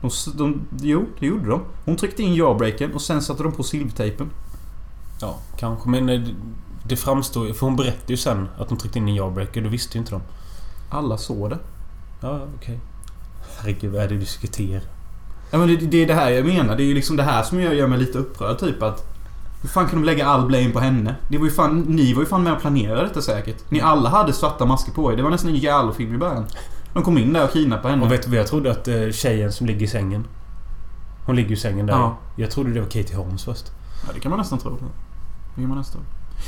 De, s- de, jo, det gjorde de. Hon tryckte in jawbreaken och sen satte de på silvertejpen.
Ja, kanske. Men eh, det- det framstår ju... För hon berättade ju sen att de tryckte in en jawbreaker. Det visste ju inte de.
Alla såg det.
Ja, ja, okej. Herregud, vad är det du diskuterar?
Ja, men det, det är det här jag menar. Det är ju liksom det här som jag gör mig lite upprörd. Typ att... Hur fan kan de lägga all blame på henne? Det var ju fan, ni var ju fan med och planerade detta säkert. Ni alla hade svarta masker på er. Det var nästan en Jallo-film i början. De kom in där och kidnappade henne.
Och vet du vad jag trodde att eh, tjejen som ligger i sängen... Hon ligger i sängen där.
Ja.
Jag trodde det var Katie Holmes först.
Ja, det kan man nästan tro. Det kan man nästan tro.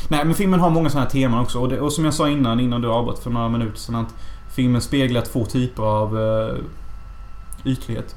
Nej, men filmen har många sådana här teman också. Och, det, och som jag sa innan, innan du avbröt för några minuter sedan. Att filmen speglar två typer av eh, ytlighet.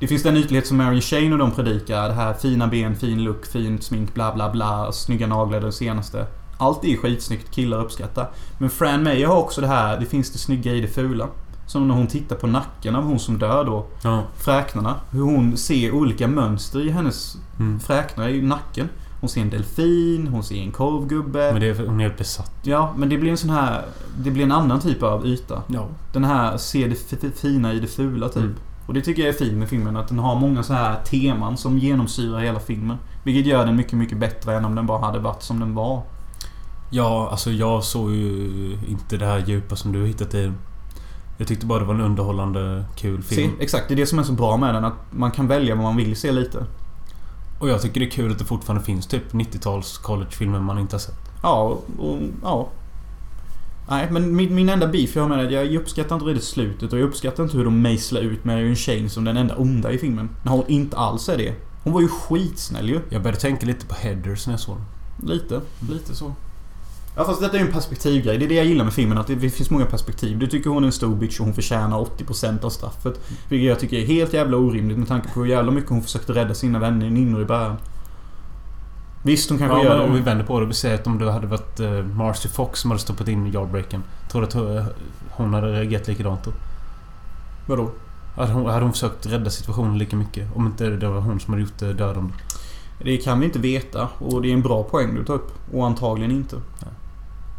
Det finns den ytlighet som Marion Shane och de predikar. Det här fina ben, fin look, fint smink, bla bla bla. Snygga naglar, det senaste. Allt är skitsnyggt, killar uppskattar. Men Fran Meyer har också det här, det finns det snygga i det fula. Som när hon tittar på nacken av hon som dör då.
Ja.
Fräknarna. Hur hon ser olika mönster i hennes
Mm.
fräknar i nacken. Hon ser en delfin, hon ser en korvgubbe.
Men det är, hon är helt besatt.
Ja, men det blir en sån här... Det blir en annan typ av yta.
Ja.
Den här se det f- f- fina i det fula typ.
Mm.
Och det tycker jag är fint med filmen. Att den har många så här teman som genomsyrar hela filmen. Vilket gör den mycket, mycket bättre än om den bara hade varit som den var.
Ja, alltså jag såg ju inte det här djupa som du har hittat i den. Jag tyckte bara det var en underhållande, kul film.
Se, exakt, det är det som är så bra med den. Att man kan välja vad man vill se lite.
Och jag tycker det är kul att det fortfarande finns typ 90-tals collegefilmer man inte har sett.
Ja, och, och ja. Nej, men min, min enda beef jag har med den, jag uppskattar inte riktigt slutet och jag uppskattar inte hur de mejslar ut Marion Shane som den enda onda i filmen. När hon inte alls är det. Hon var ju skitsnäll ju.
Jag började tänka lite på Headers när jag såg den.
Lite, lite så. Ja fast detta är ju en perspektivgrej. Det är det jag gillar med filmen. Att det det finns många perspektiv. Du tycker hon är en stor bitch och hon förtjänar 80% av straffet. Vilket jag tycker är helt jävla orimligt med tanke på hur jävla mycket hon försökte rädda sina vänner i i början. Visst hon kanske
Ja,
gör
men om vi
det.
vänder på det. Vi säger att om du hade varit eh, Marcy Fox som hade stoppat in jawbreakern. Tror du att hon- hon hade reagerat likadant då?
Vadå?
Hade hon, hade hon försökt rädda situationen lika mycket? Om inte det var hon som hade gjort eh, döden.
Det kan vi inte veta och det är en bra poäng du tar upp. Och antagligen inte.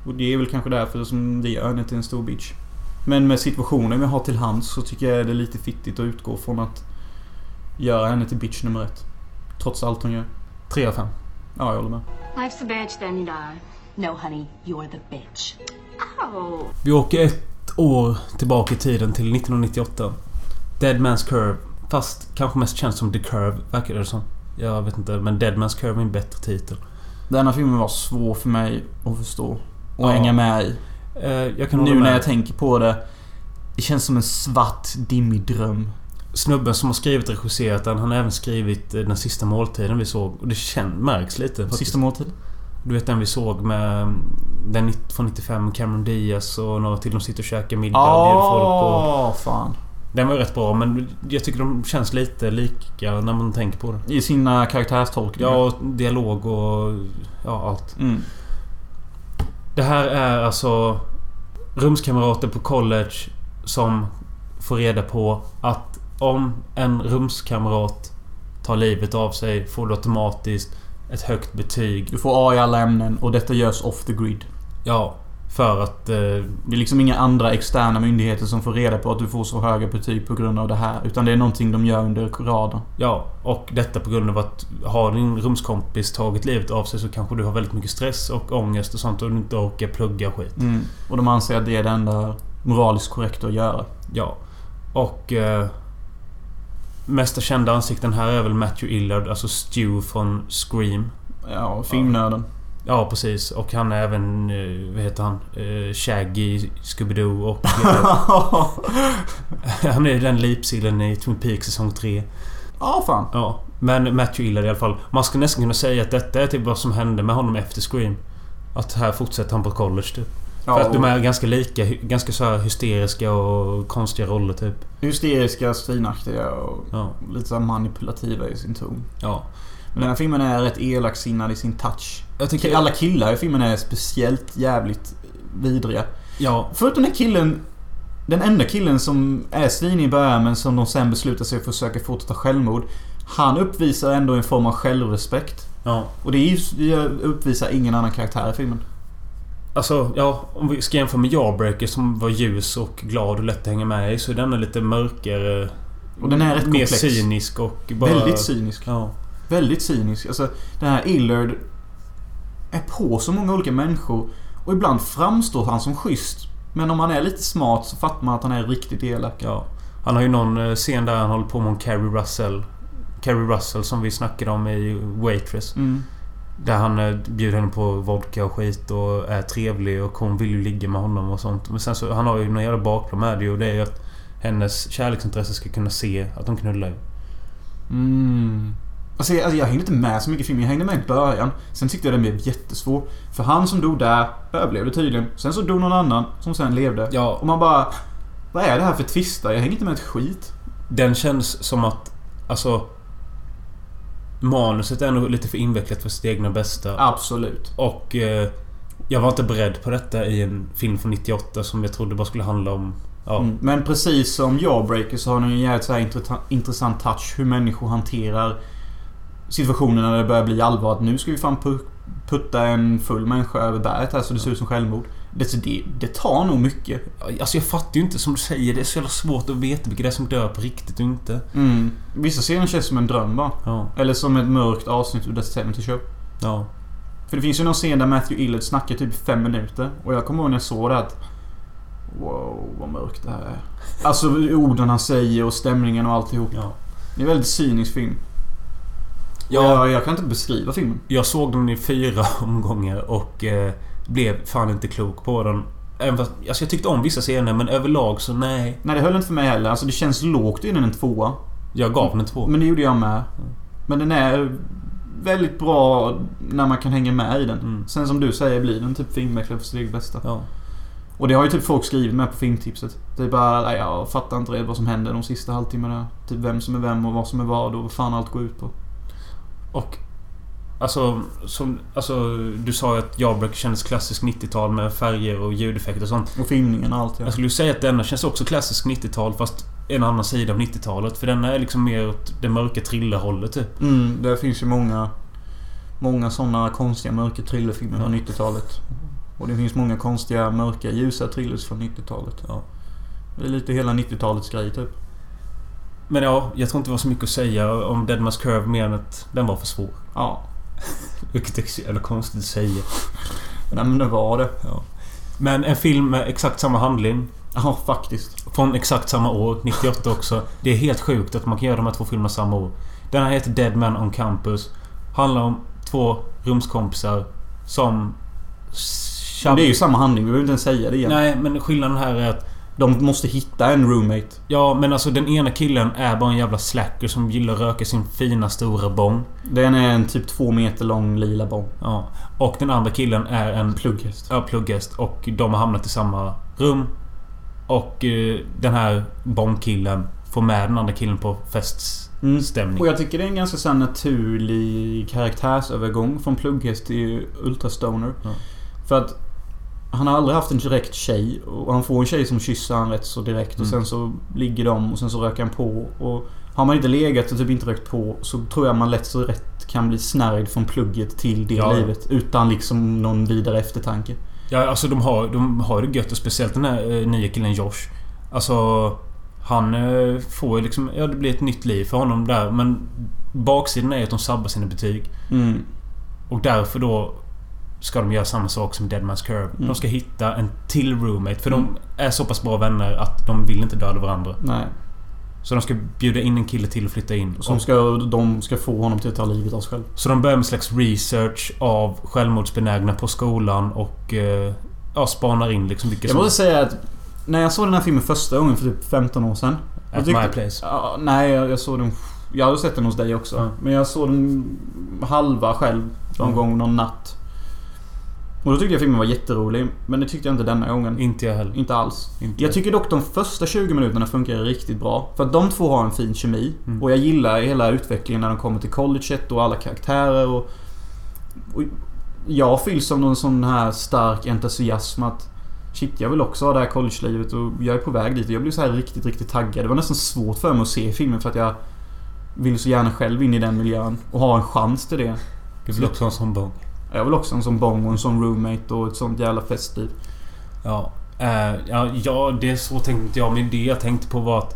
Och det är väl kanske därför som det gör henne till en stor bitch. Men med situationen vi har till hands så tycker jag det är lite fittigt att utgå från att göra henne till bitch nummer ett. Trots allt hon gör.
3 av 5.
Ja, jag håller med.
Life's a bitch, then you die. No, honey, you're the bitch. Oh.
Vi åker ett år tillbaka i tiden till 1998. Dead Man's Curve. Fast kanske mest känns som The Curve, verkar det som. Jag vet inte, men Dead Man's Curve är en bättre titel.
Denna filmen var svår för mig att förstå. Och
Ja.
hänga med i.
Eh, jag kan hålla
Nu
med.
när jag tänker på det. Det känns som en svart, dimmig dröm.
Snubben som har skrivit och regisserat den, han har även skrivit eh, Den sista måltiden vi såg. Och det känns, märks lite faktiskt.
Sista måltid.
Du vet den vi såg med mm, den nitt- från 95, Cameron Diaz och några till. De sitter och käkar middag och bjuder folk. Och,
Ah, fan.
den var ju rätt bra men jag tycker de känns lite lika när man tänker på det.
I sina karaktärstolkningar.
Ja, och dialog och ja, allt.
Mm.
Det här är alltså rumskamrater på college som får reda på att om en rumskamrat tar livet av sig får du automatiskt ett högt betyg.
Du får A i alla ämnen och detta görs off the grid.
Ja, för att... Eh,
Det är liksom inga andra externa myndigheter som får reda på att du får så höga betyg på grund av det här. Utan det är någonting de gör under radarn.
ja, och detta på grund av att har din rumskompis tagit livet av sig så kanske du har väldigt mycket stress och ångest och sånt och du inte orkar plugga och skit.
Och de anser att det är det enda moraliskt korrekta att göra.
Ja. Och... Eh, mesta kända ansikten här är väl Matthew Illard, alltså Stu från Scream.
Ja, filmnörden.
Ja, precis. Och han är även... Eh, vad heter han? Eh, Shaggy i Scooby-Doo och... Eh, han är ju den lipsillen i Twin Peaks säsong 3.
Ja, fan.
Ja. Men Matthew Illard i alla fall. Man skulle nästan kunna säga att detta är typ vad som hände med honom efter Scream. Att här fortsätter han på college typ. För att de är ganska lika. hy- Ganska så här hysteriska och konstiga roller typ.
Hysteriska, svinaktiga och
Ja.
lite så här manipulativa i sin ton.
Ja.
Men den här filmen är rätt elaksinnad i sin touch.
Jag
Ki- Alla killar i filmen är speciellt jävligt vidriga.
Ja.
Förutom den killen... Den enda killen som är svin i början men som de sen beslutar sig för att försöka fortsätta självmord. Han uppvisar ändå en form av självrespekt.
Ja.
Och det, är ju, det uppvisar ingen annan karaktär i filmen.
Alltså, ja. Om vi ska jämföra med Jawbreaker som var ljus och glad och lätt att hänga med i så är denna lite mörkare.
Och den är rätt
mer
komplex.
cynisk och bara...
Väldigt cynisk.
Ja.
Väldigt cynisk. Alltså, den här Illard är på så många olika människor. Och ibland framstår han som schysst. Men om man är lite smart så fattar man att han är riktigt elak.
ja. Han har ju någon eh, scen där han håller på med en Carrie Russell. Carrie Russell som vi snackade om i Waitress.
Mm.
Där han eh, bjuder henne på vodka och skit och är trevlig och hon vill ju ligga med honom och sånt. Men sen så, han har ju någon jävla bakplå med det ju och det är ju att hennes kärleksintresse ska kunna se att de knullar ju.
Mm. Alltså, jag, alltså jag hängde inte med så mycket i filmen. Jag hängde med i början. Sen tyckte jag den blev jättesvår. För han som dog där överlevde tydligen. Sen så dog någon annan som sen levde.
Ja.
Och man bara... Vad är det här för tvistar? Jag hänger inte med ett skit.
Den känns som att... Alltså... Manuset är nog lite för invecklat för sitt egna bästa.
Absolut.
Och... Eh, jag var inte beredd på detta i en film från 98 som jag trodde bara skulle handla om... Ja.
Mm. Men precis som Jawbreaker så har den ju en jävligt så här intreta- intressant touch hur människor hanterar situationer när det börjar bli allvar att nu ska vi fan pu- putta en full människa över berget här så det ser ut som självmord. Det, det, det tar nog mycket.
Alltså jag fattar ju inte som du säger. Det är så jävla svårt att veta vilka det är som dör på riktigt och inte.
Mm. Vissa scener känns som en dröm bara.
Ja.
Eller som ett mörkt avsnitt ur Death Seventy Show.
Ja.
För det finns ju någon scen där Matthew Illett snackar typ fem minuter. Och jag kommer ihåg när jag såg det att... Wow, vad mörkt det här är. Alltså orden han säger och stämningen och alltihop.
Ja.
Det är en väldigt cynisk film. Ja.
Ja.
Jag, jag kan inte beskriva filmen.
Jag såg den i fyra omgångar och eh, blev fan inte klok på den. Även fast, alltså jag tyckte om vissa scener men överlag så nej.
Nej, det höll inte för mig heller. Alltså det känns lågt innan en tvåa.
Jag gav den en två.
Men det gjorde jag med. Men den är väldigt bra när man kan hänga med i den.
Mm.
Sen som du säger blir den typ filmmäklare för sitt eget bästa.
Ja.
Och det har ju typ folk skrivit med på filmtipset. Det är bara, nej jag fattar inte redan vad som händer de sista halvtimmarna. Typ vem som är vem och vad som är vad och vad fan allt går ut på.
Och... Alltså, som, alltså, du sa ju att Jawbreaker kändes klassisk 90-tal med färger och ljudeffekter och sånt.
Och filmningen och allt ja.
Jag skulle ju säga att denna känns också klassisk 90-tal fast en annan sida av 90-talet. För denna är liksom mer åt det mörka thrillerhållet typ.
Mm, det finns ju många Många sådana konstiga mörka thrillerfilmer från 90-talet. Och det finns många konstiga mörka ljusa thrillers från 90-talet.
Ja.
Det är lite hela 90-talets grej typ.
Men ja, jag tror inte det var så mycket att säga om Dead Man's Curve mer än att den var för svår.
Ja.
Vilket är så jävla konstigt att säga.
Nej men det var det.
Men en film med exakt samma handling.
Ja faktiskt.
Från exakt samma år, 98 också. Det är helt sjukt att man kan göra de här två filmerna samma år. Den här heter Dead Man on Campus. Handlar om två rumskompisar som...
Men det är ju samma handling, vi behöver inte ens säga det igen.
Nej, men skillnaden här är att...
De måste hitta en roommate.
Ja, men alltså den ena killen är bara en jävla slacker som gillar att röka sin fina stora bong.
Den är en typ två meter lång lila bomb.
Ja. Och den andra killen är en...
Plugghäst.
Ja, plugghäst. Och de har hamnat i samma rum. Och eh, den här bombkillen får med den andra killen på feststämning.
Och jag tycker det är en ganska så här naturlig karaktärsövergång från plugghäst till ultrastoner.
Ja.
För att han har aldrig haft en direkt tjej. Och han får en tjej som kysser han rätt så direkt. Och
Mm.
sen så ligger de och sen så röker han på. Och har man inte legat och typ inte rökt på så tror jag man lätt så rätt kan bli snärjd från plugget till det
Ja.
livet. Utan liksom någon vidare eftertanke.
Ja, alltså de har, de har det gött och speciellt den här eh, nya killen Josh. Alltså... Han eh, får ju liksom... Ja, det blir ett nytt liv för honom där. Men baksidan är ju att de sabbar sina betyg.
Mm.
Och därför då ska de göra samma sak som Dead Man's Curve. De ska hitta en till roommate. För
Mm.
de är så pass bra vänner att de vill inte döda varandra.
Nej.
Så de ska bjuda in en kille till och flytta in.
Som
Och-
ska, de ska få honom till att ta livet av sig själv.
Så de börjar med en slags research av självmordsbenägna på skolan och... Eh, ja, spanar in liksom vilka
Jag måste säga att när jag såg den här filmen första gången för typ 15 år sedan. jag
At
tyckte-
my place.
Ja, nej, jag, jag såg den... Jag hade sett den hos dig också.
Ja.
Men jag såg den halva själv någon
Mm.
gång, någon natt. Och då tyckte jag filmen var jätterolig. Men det tyckte jag inte denna gången.
Inte jag heller.
Inte alls.
Inte
Jag tycker dock de första 20 minuterna funkar riktigt bra. För att de två har en fin kemi.
Mm.
Och jag gillar hela utvecklingen när de kommer till colleget och alla karaktärer. Och, och jag fylls av någon sån här stark entusiasm att Shit, jag vill också ha det här college-livet och jag är på väg dit. Jag blev så här riktigt, riktigt taggad. Det var nästan svårt för mig att se filmen för att jag vill så gärna själv in i den miljön och ha en chans till det.
Du vill också ha en sån bong.
Jag vill också ha en sån bong och en sån roommate och ett sånt jävla festliv.
Ja. Eh, ja, ja, det är så tänkte jag. Men det jag tänkte på var att...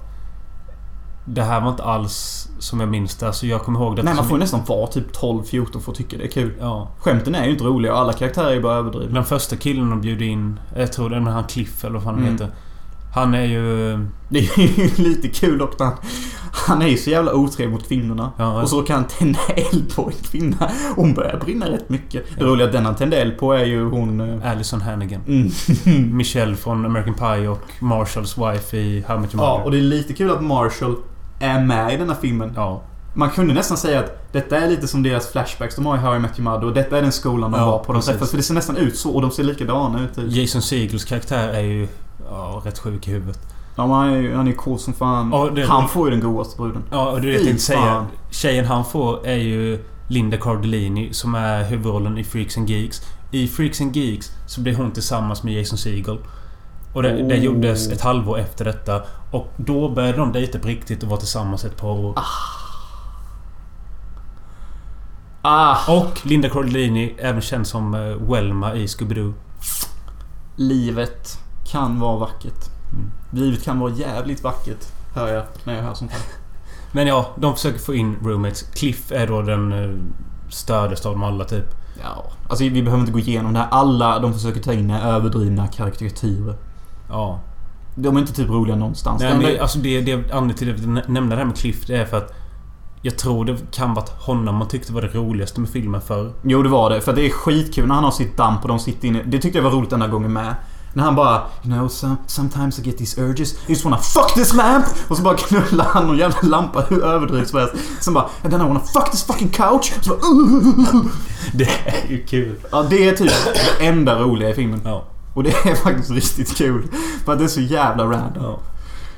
Det här var inte alls som jag minns det. Alltså jag kommer ihåg det
Nej, man
som-
får ju nästan vara typ 12-14 för att tycka det är kul.
Ja.
Skämten är ju inte roliga och alla karaktärer är bara överdrivna.
Den första killen de bjuder in, jag tror det är han Cliff eller vad fan han
Mm.
heter. Han är ju... eh,
Det är ju lite kul dock när han, han är ju så jävla otrevlig mot kvinnorna.
Ja, ja.
Och så kan han tända eld på en kvinna. Hon börjar brinna rätt mycket. Det roliga att den han tände eld på är ju hon... eh,
Allison Hannigan.
Mm.
Michelle från American Pie och Marshalls wife i How Much
Ja, och det är lite kul att Marshall är med i denna filmen.
ja.
Man kunde nästan säga att detta är lite som deras flashbacks de har i How I Met Your Mother och detta är den skolan de
Ja,
var på. De
precis.
träffas, för det ser nästan ut så och de ser likadana ut. typ.
Jason Segels karaktär är ju... Ja, rätt sjuk i huvudet.
Ja, men han är ju han är cool som fan.
Ja, det-
han får ju den godaste bruden.
Ja, och det är det
Fy
jag tänkte säga.
fan.
Tjejen han får är ju Linda Cardellini som är huvudrollen i Freaks and Geeks. I Freaks and Geeks så blir hon tillsammans med Jason Segel. Och det, det
Oh.
gjordes ett halvår efter detta. Och då började de dejta på riktigt och vara tillsammans ett par år.
Ah,
Och Linda Cardellini, även känd som eh, Welma i Scooby-Doo.
livet kan vara vackert. Livet kan vara jävligt vackert. Hör jag när jag hör sånt här.
Men ja, de försöker få in roommates. Cliff är då den eh, stördes av dem alla typ.
Ja, alltså vi behöver inte gå igenom det här. Alla de försöker ta in är överdrivna karikatyrer.
Ja.
De är inte typ roliga någonstans.
Nej,
Det
men
enda-
alltså det, det anledningen till att jag nä- nämnde det här med Cliff det är för att jag tror det kan varit honom man tyckte var det roligaste med filmen förr.
Jo, det var det. För det är skitkul när han har sitt damp och de sitter inne. Det tyckte jag var roligt den här gången med. När han bara You know, some, sometimes I get these urges. I just wanna fuck this lamp! Och så bara knullar han någon jävla lampa hur överdrivet som helst. Sen bara And then I wanna fuck this fucking couch! Så bara, "Ugh."
Det är ju kul.
Ja, det är typ det enda roliga i filmen.
Ja.
Och det är faktiskt riktigt kul. För att det är så jävla random.
ja.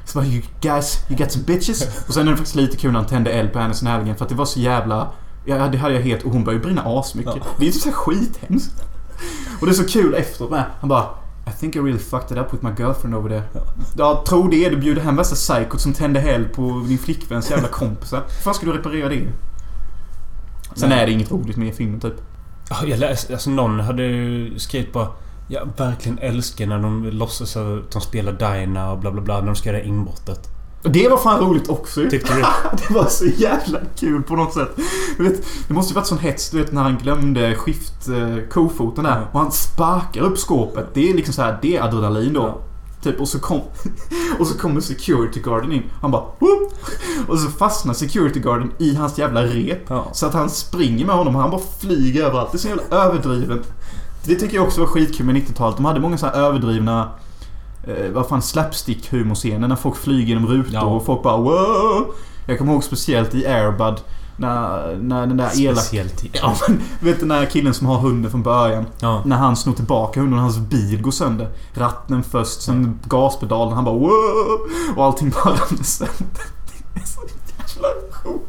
Så bara, you guys, you got some bitches. Och sen är det faktiskt lite kul när han tände eld på Anderson Halligan för att det var så jävla... Ja, det hade jag helt... Och hon började brinna asmycket.
Ja.
Det är typ såhär skithemskt. Och det är så kul efteråt med. Han bara... I think I really fucked it up with my girlfriend over there. Ja, tro det. Du bjuder hem värsta psykot som tände eld på din flickväns jävla kompisar. Hur fan ska du reparera det? Sen
Nej.
är det inget roligt med i filmen typ.
Ja, Jag läste, alltså någon hade ju skrivit bara Jag verkligen älskar när de låtsas att de spelar Dina och bla bla bla när de ska göra inbrottet.
Och det var fan roligt också ju.
Tyckte du det?
Det var så jävla kul på något sätt. Du vet, det måste ju varit sån hets du vet när han glömde skift eh, kofoten där och han sparkar upp skåpet. Det är liksom så här, det är adrenalin då.
Ja.
Typ och så, kom, och så kommer security guarden in. Han bara Whoop! Och så fastnar security guarden i hans jävla rep.
Ja.
Så att han springer med honom och han bara flyger överallt. Det är så jävla överdrivet. Det tycker jag också var skitkul med 90-talet. De hade många så här överdrivna eh, vad fan slapstick-humorscener när folk flyger genom rutor
Ja.
och folk bara wow. Jag kommer ihåg speciellt i Airbud när, när den där elaka...
Speciellt i...
Ja, men, vet du den där killen som har hunden från början?
Ja.
När han snor tillbaka hunden och hans bil går sönder. Ratten först, sen gaspedalen. Han bara wow. Och allting bara ramlar sönder. Det är så jävla roligt.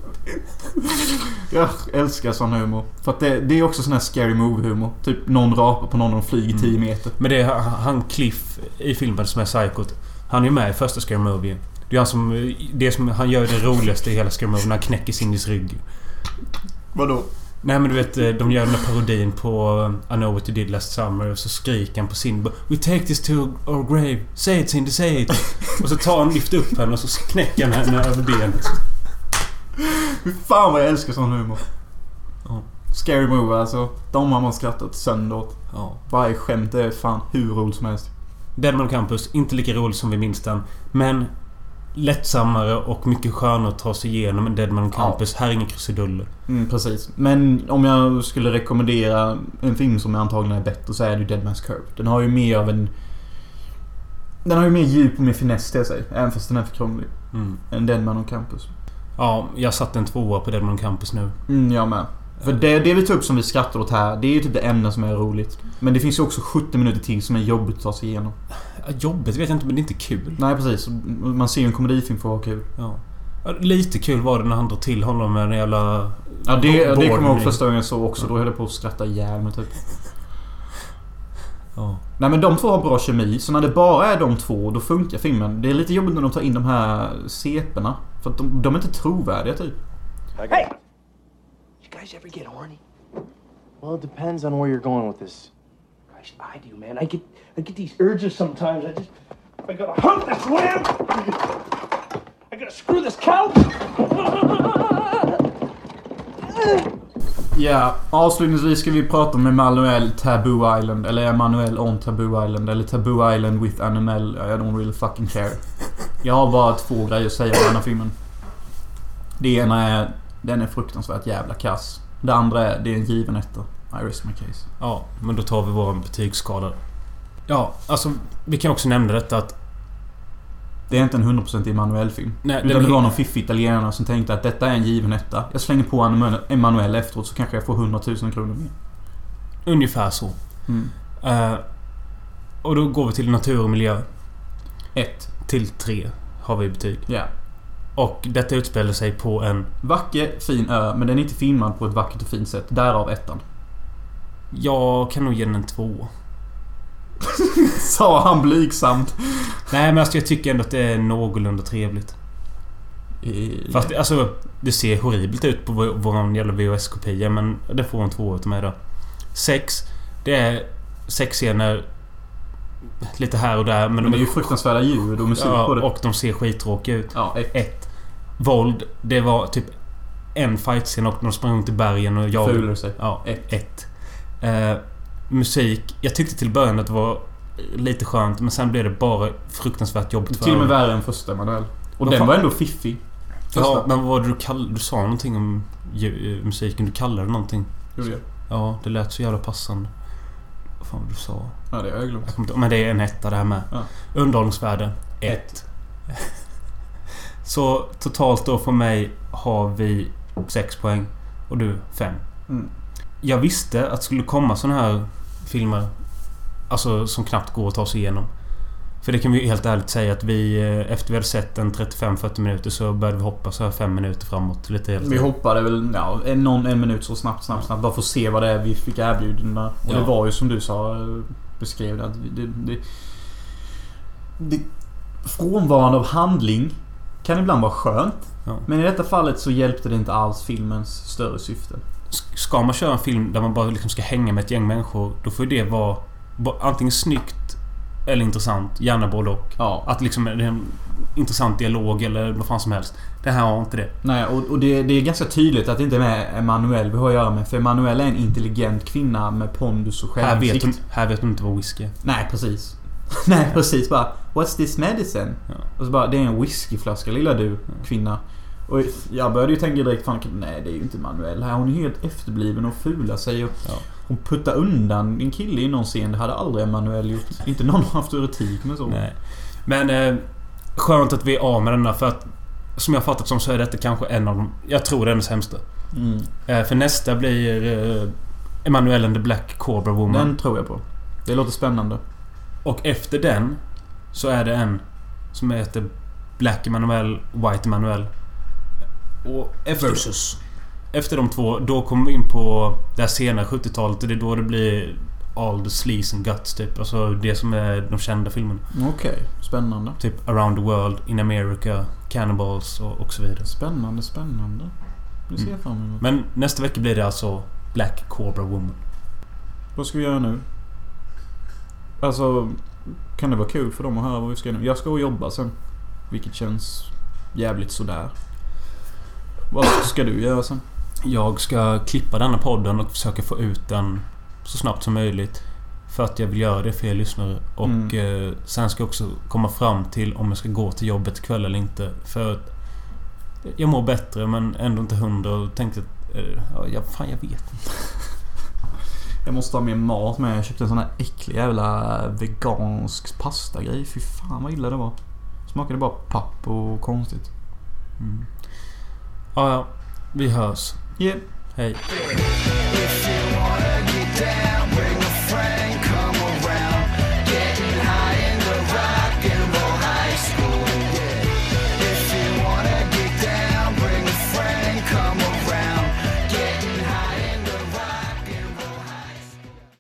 Jag älskar sån humor. För att det, det är också sån här scary movie-humor. Typ någon rapar på någon och de flyger
Mm.
10 meter.
Men det är han- han Cliff i filmen som är psykot. Han är ju med i första Scary Movie. Det är han som... Det som han gör det roligaste i hela Scary Movie när han knäcker Cindys rygg.
Vadå?
Nej men du vet, eh, de gör den där parodin på eh, I know what you did last summer och så skriker han på Cindy bara, We take this to our grave. Say it Cindy, say it. och så tar han, lyfter upp henne och så knäcker han henne över benet.
Fy fan vad jag älskar sån humor.
Ja.
Scary movie alltså. De har man skrattat sönder åt.
Ja.
Varje skämt är fan hur roligt som helst.
Deadman Campus, inte lika rolig som vi minns den. Men lättsammare och mycket skönare att ta sig igenom än Deadman Campus. Här är ingen krusiduller.
Mm, precis. Men om jag skulle rekommendera en film som antagligen är bättre så är det ju Dead Man's Curve. Den har ju mer av en... Den har ju mer djup och mer finess till sig. Även fast den är för krånglig.
Mm.
Än Dead Man on Campus.
Ja, jag satte en tvåa på Deadman Campus nu.
Mm, jag med. För det, det vi tar upp som vi skrattar åt här, det är ju typ det enda som är roligt. Men det finns ju också 70 minuter till som är jobbigt att ta sig igenom.
Ja, Jobbet vet jag inte, men det är inte kul.
Nej, precis. Man ser ju en komedifilm för att ha kul.
Ja. Ja, Lite kul var det när han drar till honom med den jävla...
Ja det, det
Board
kommer jag ihåg
me.
första gången jag såg också. Då höll jag på att skratta ihjäl mig typ.
Ja.
Nej men de två har bra kemi. Så när det bara är de två, då funkar filmen. Det är lite jobbigt när de tar in de här seperna. För att de, de är inte trovärdiga typ.
You guys ever get horny?
Well, it depends on where you're going with this.
Christ, I do, man. I get I get these urges sometimes. I just I gotta hunt this lamp. I gotta screw this couch.
Ja, avslutningsvis ska vi prata om Emanuel Taboo Island. Eller Emanuel on Taboo Island. Eller Taboo Island with Animal. I don't really fucking care. Jag har bara två grejer att säga om den här filmen. Det ena är... Den är fruktansvärt jävla kass. Det andra är... Det är en given etta. I rest my case.
Ja, men då tar vi våran betygsskala. Ja, alltså vi kan också nämna detta att...
Det är inte en 100% Emanuel-film.
Nej,
utan
den-
det var någon fiffig italienare som tänkte att detta är en given etta. Jag slänger på Emanuel- Emanuel efteråt så kanske jag får 100 000 kronor mer.
Ungefär så.
Mm.
Eh, och då går vi till natur och miljö.
Ett.
Till tre har vi betyg.
Ja.
Och detta utspelar sig på en...
Vacker, fin ö, men den är inte filmad på ett vackert och fint sätt. Därav ettan.
Jag kan nog ge den en två.
Sa han blygsamt.
Nej men alltså jag tycker ändå att det är någorlunda trevligt.
I-
Fast det- alltså, det ser horribelt ut på vår, vår jävla VHS-kopia men det får en tvåa utav mig då. Sex. Det är sex scener lite här och där. Men,
Men det är ju fruktansvärda ljud och musik
ja,
på det.
Och de ser skittråkiga ut.
Ja, ett.
Våld. Det var typ en fightscen och de sprang runt i bergen och jag...
Fulade sig.
Ja, ett. Eh, musik. Jag tyckte till början att det var lite skönt men sen blev det bara fruktansvärt jobbigt för
Till och med
öronen.
värre än första Manuel. Och
Vad
den
fan-
var ändå fiffig.
Ja,
Första.
men vad var det du kallade... Du sa någonting om ju- eh, musiken. Du kallade det någonting.
Gjorde jag?
Ja, det lät så jävla passande. Vad fan var det du sa?
Ja, det har jag glömt.
kommer inte ihåg, Men det är en etta det här med.
Ja.
Underhållningsvärde. Ett. så totalt då för mig har vi sex poäng. Och du fem.
Mm.
Jag visste att det skulle komma såna här filmer. Alltså som knappt går att ta sig igenom. För det kan vi ju helt ärligt säga att vi eh, efter vi hade sett en 35-40 minuter så började vi hoppa så här fem minuter framåt. Lite helt
Vi hoppade väl ja, en, någon, en minut så snabbt, snabbt, snabbt. Bara för att se vad det är vi fick erbjudande. Och
Ja.
det var ju som du sa, eh, beskrev det, att det, det, det Frånvaron av handling kan ibland vara skönt.
Ja.
Men i detta fallet så hjälpte det inte alls filmens större syfte.
Ska man köra en film där man bara liksom ska hänga med ett gäng människor, då får ju det vara ba- antingen snyggt eller intressant. Gärna både och. Att liksom det är en intressant dialog eller vad fan som helst. Det här har inte det.
Nej, och, och det, det är ganska tydligt att det inte är med Emanuel vi har att göra med. För Emanuel är en intelligent kvinna med pondus och
Här
självinsikt.
vet, hon, här vet hon inte vad whisky är.
Nej, precis. Nej, precis. Bara What's this medicine? Och så bara Det är en whiskyflaska lilla du, kvinna. Och jag började ju tänka direkt fan, nej det är ju inte Manuel här. Hon är helt efterbliven och fular sig och Hon puttar undan en kille i någon scen. Det hade aldrig Manuel gjort. Inte någon har haft erotik med så.
Nej. Men eh, skönt att vi är av med denna för att som jag fattat som så är detta kanske en av de... Jag tror det är den sämsta.
Mm.
Eh, för nästa blir eh, Emanuel and the Black Cobra Woman.
Den tror jag på. Det låter spännande.
Och efter den så är det en som heter Black Emanuel, White Emanuel. Och efter,
Versus.
Efter de två, då kommer vi in på det här senare 70-talet och det är då det blir All the sleaze and guts typ. Alltså det som är de kända filmerna.
Okej, spännande.
Typ Around the World, In America, Cannibals och, och så vidare.
Spännande, spännande. Det ser jag fram emot.
Men nästa vecka blir det alltså Black Cobra Woman.
Vad ska vi göra nu? Alltså, kan det vara kul för dem att höra vad vi ska göra nu? Jag ska och jobba sen. Vilket känns jävligt sådär. Vad ska du göra sen?
Jag ska klippa denna podden och försöka få ut den så snabbt som möjligt. För att jag vill göra det för er lyssnare. Och eh, sen ska jag också komma fram till om jag ska gå till jobbet ikväll eller inte. För att jag mår bättre men ändå inte hundra och tänkte att... eh, Ja, jag, fan jag vet inte.
Jag måste ha mer mat med. Jag köpte en sån här äcklig jävla vegansk pastagrej. Fy fan vad illa det var. Smakade bara papp och konstigt. Mm.
Ja, ja. Vi hörs.
Yeah.
Hej.
If you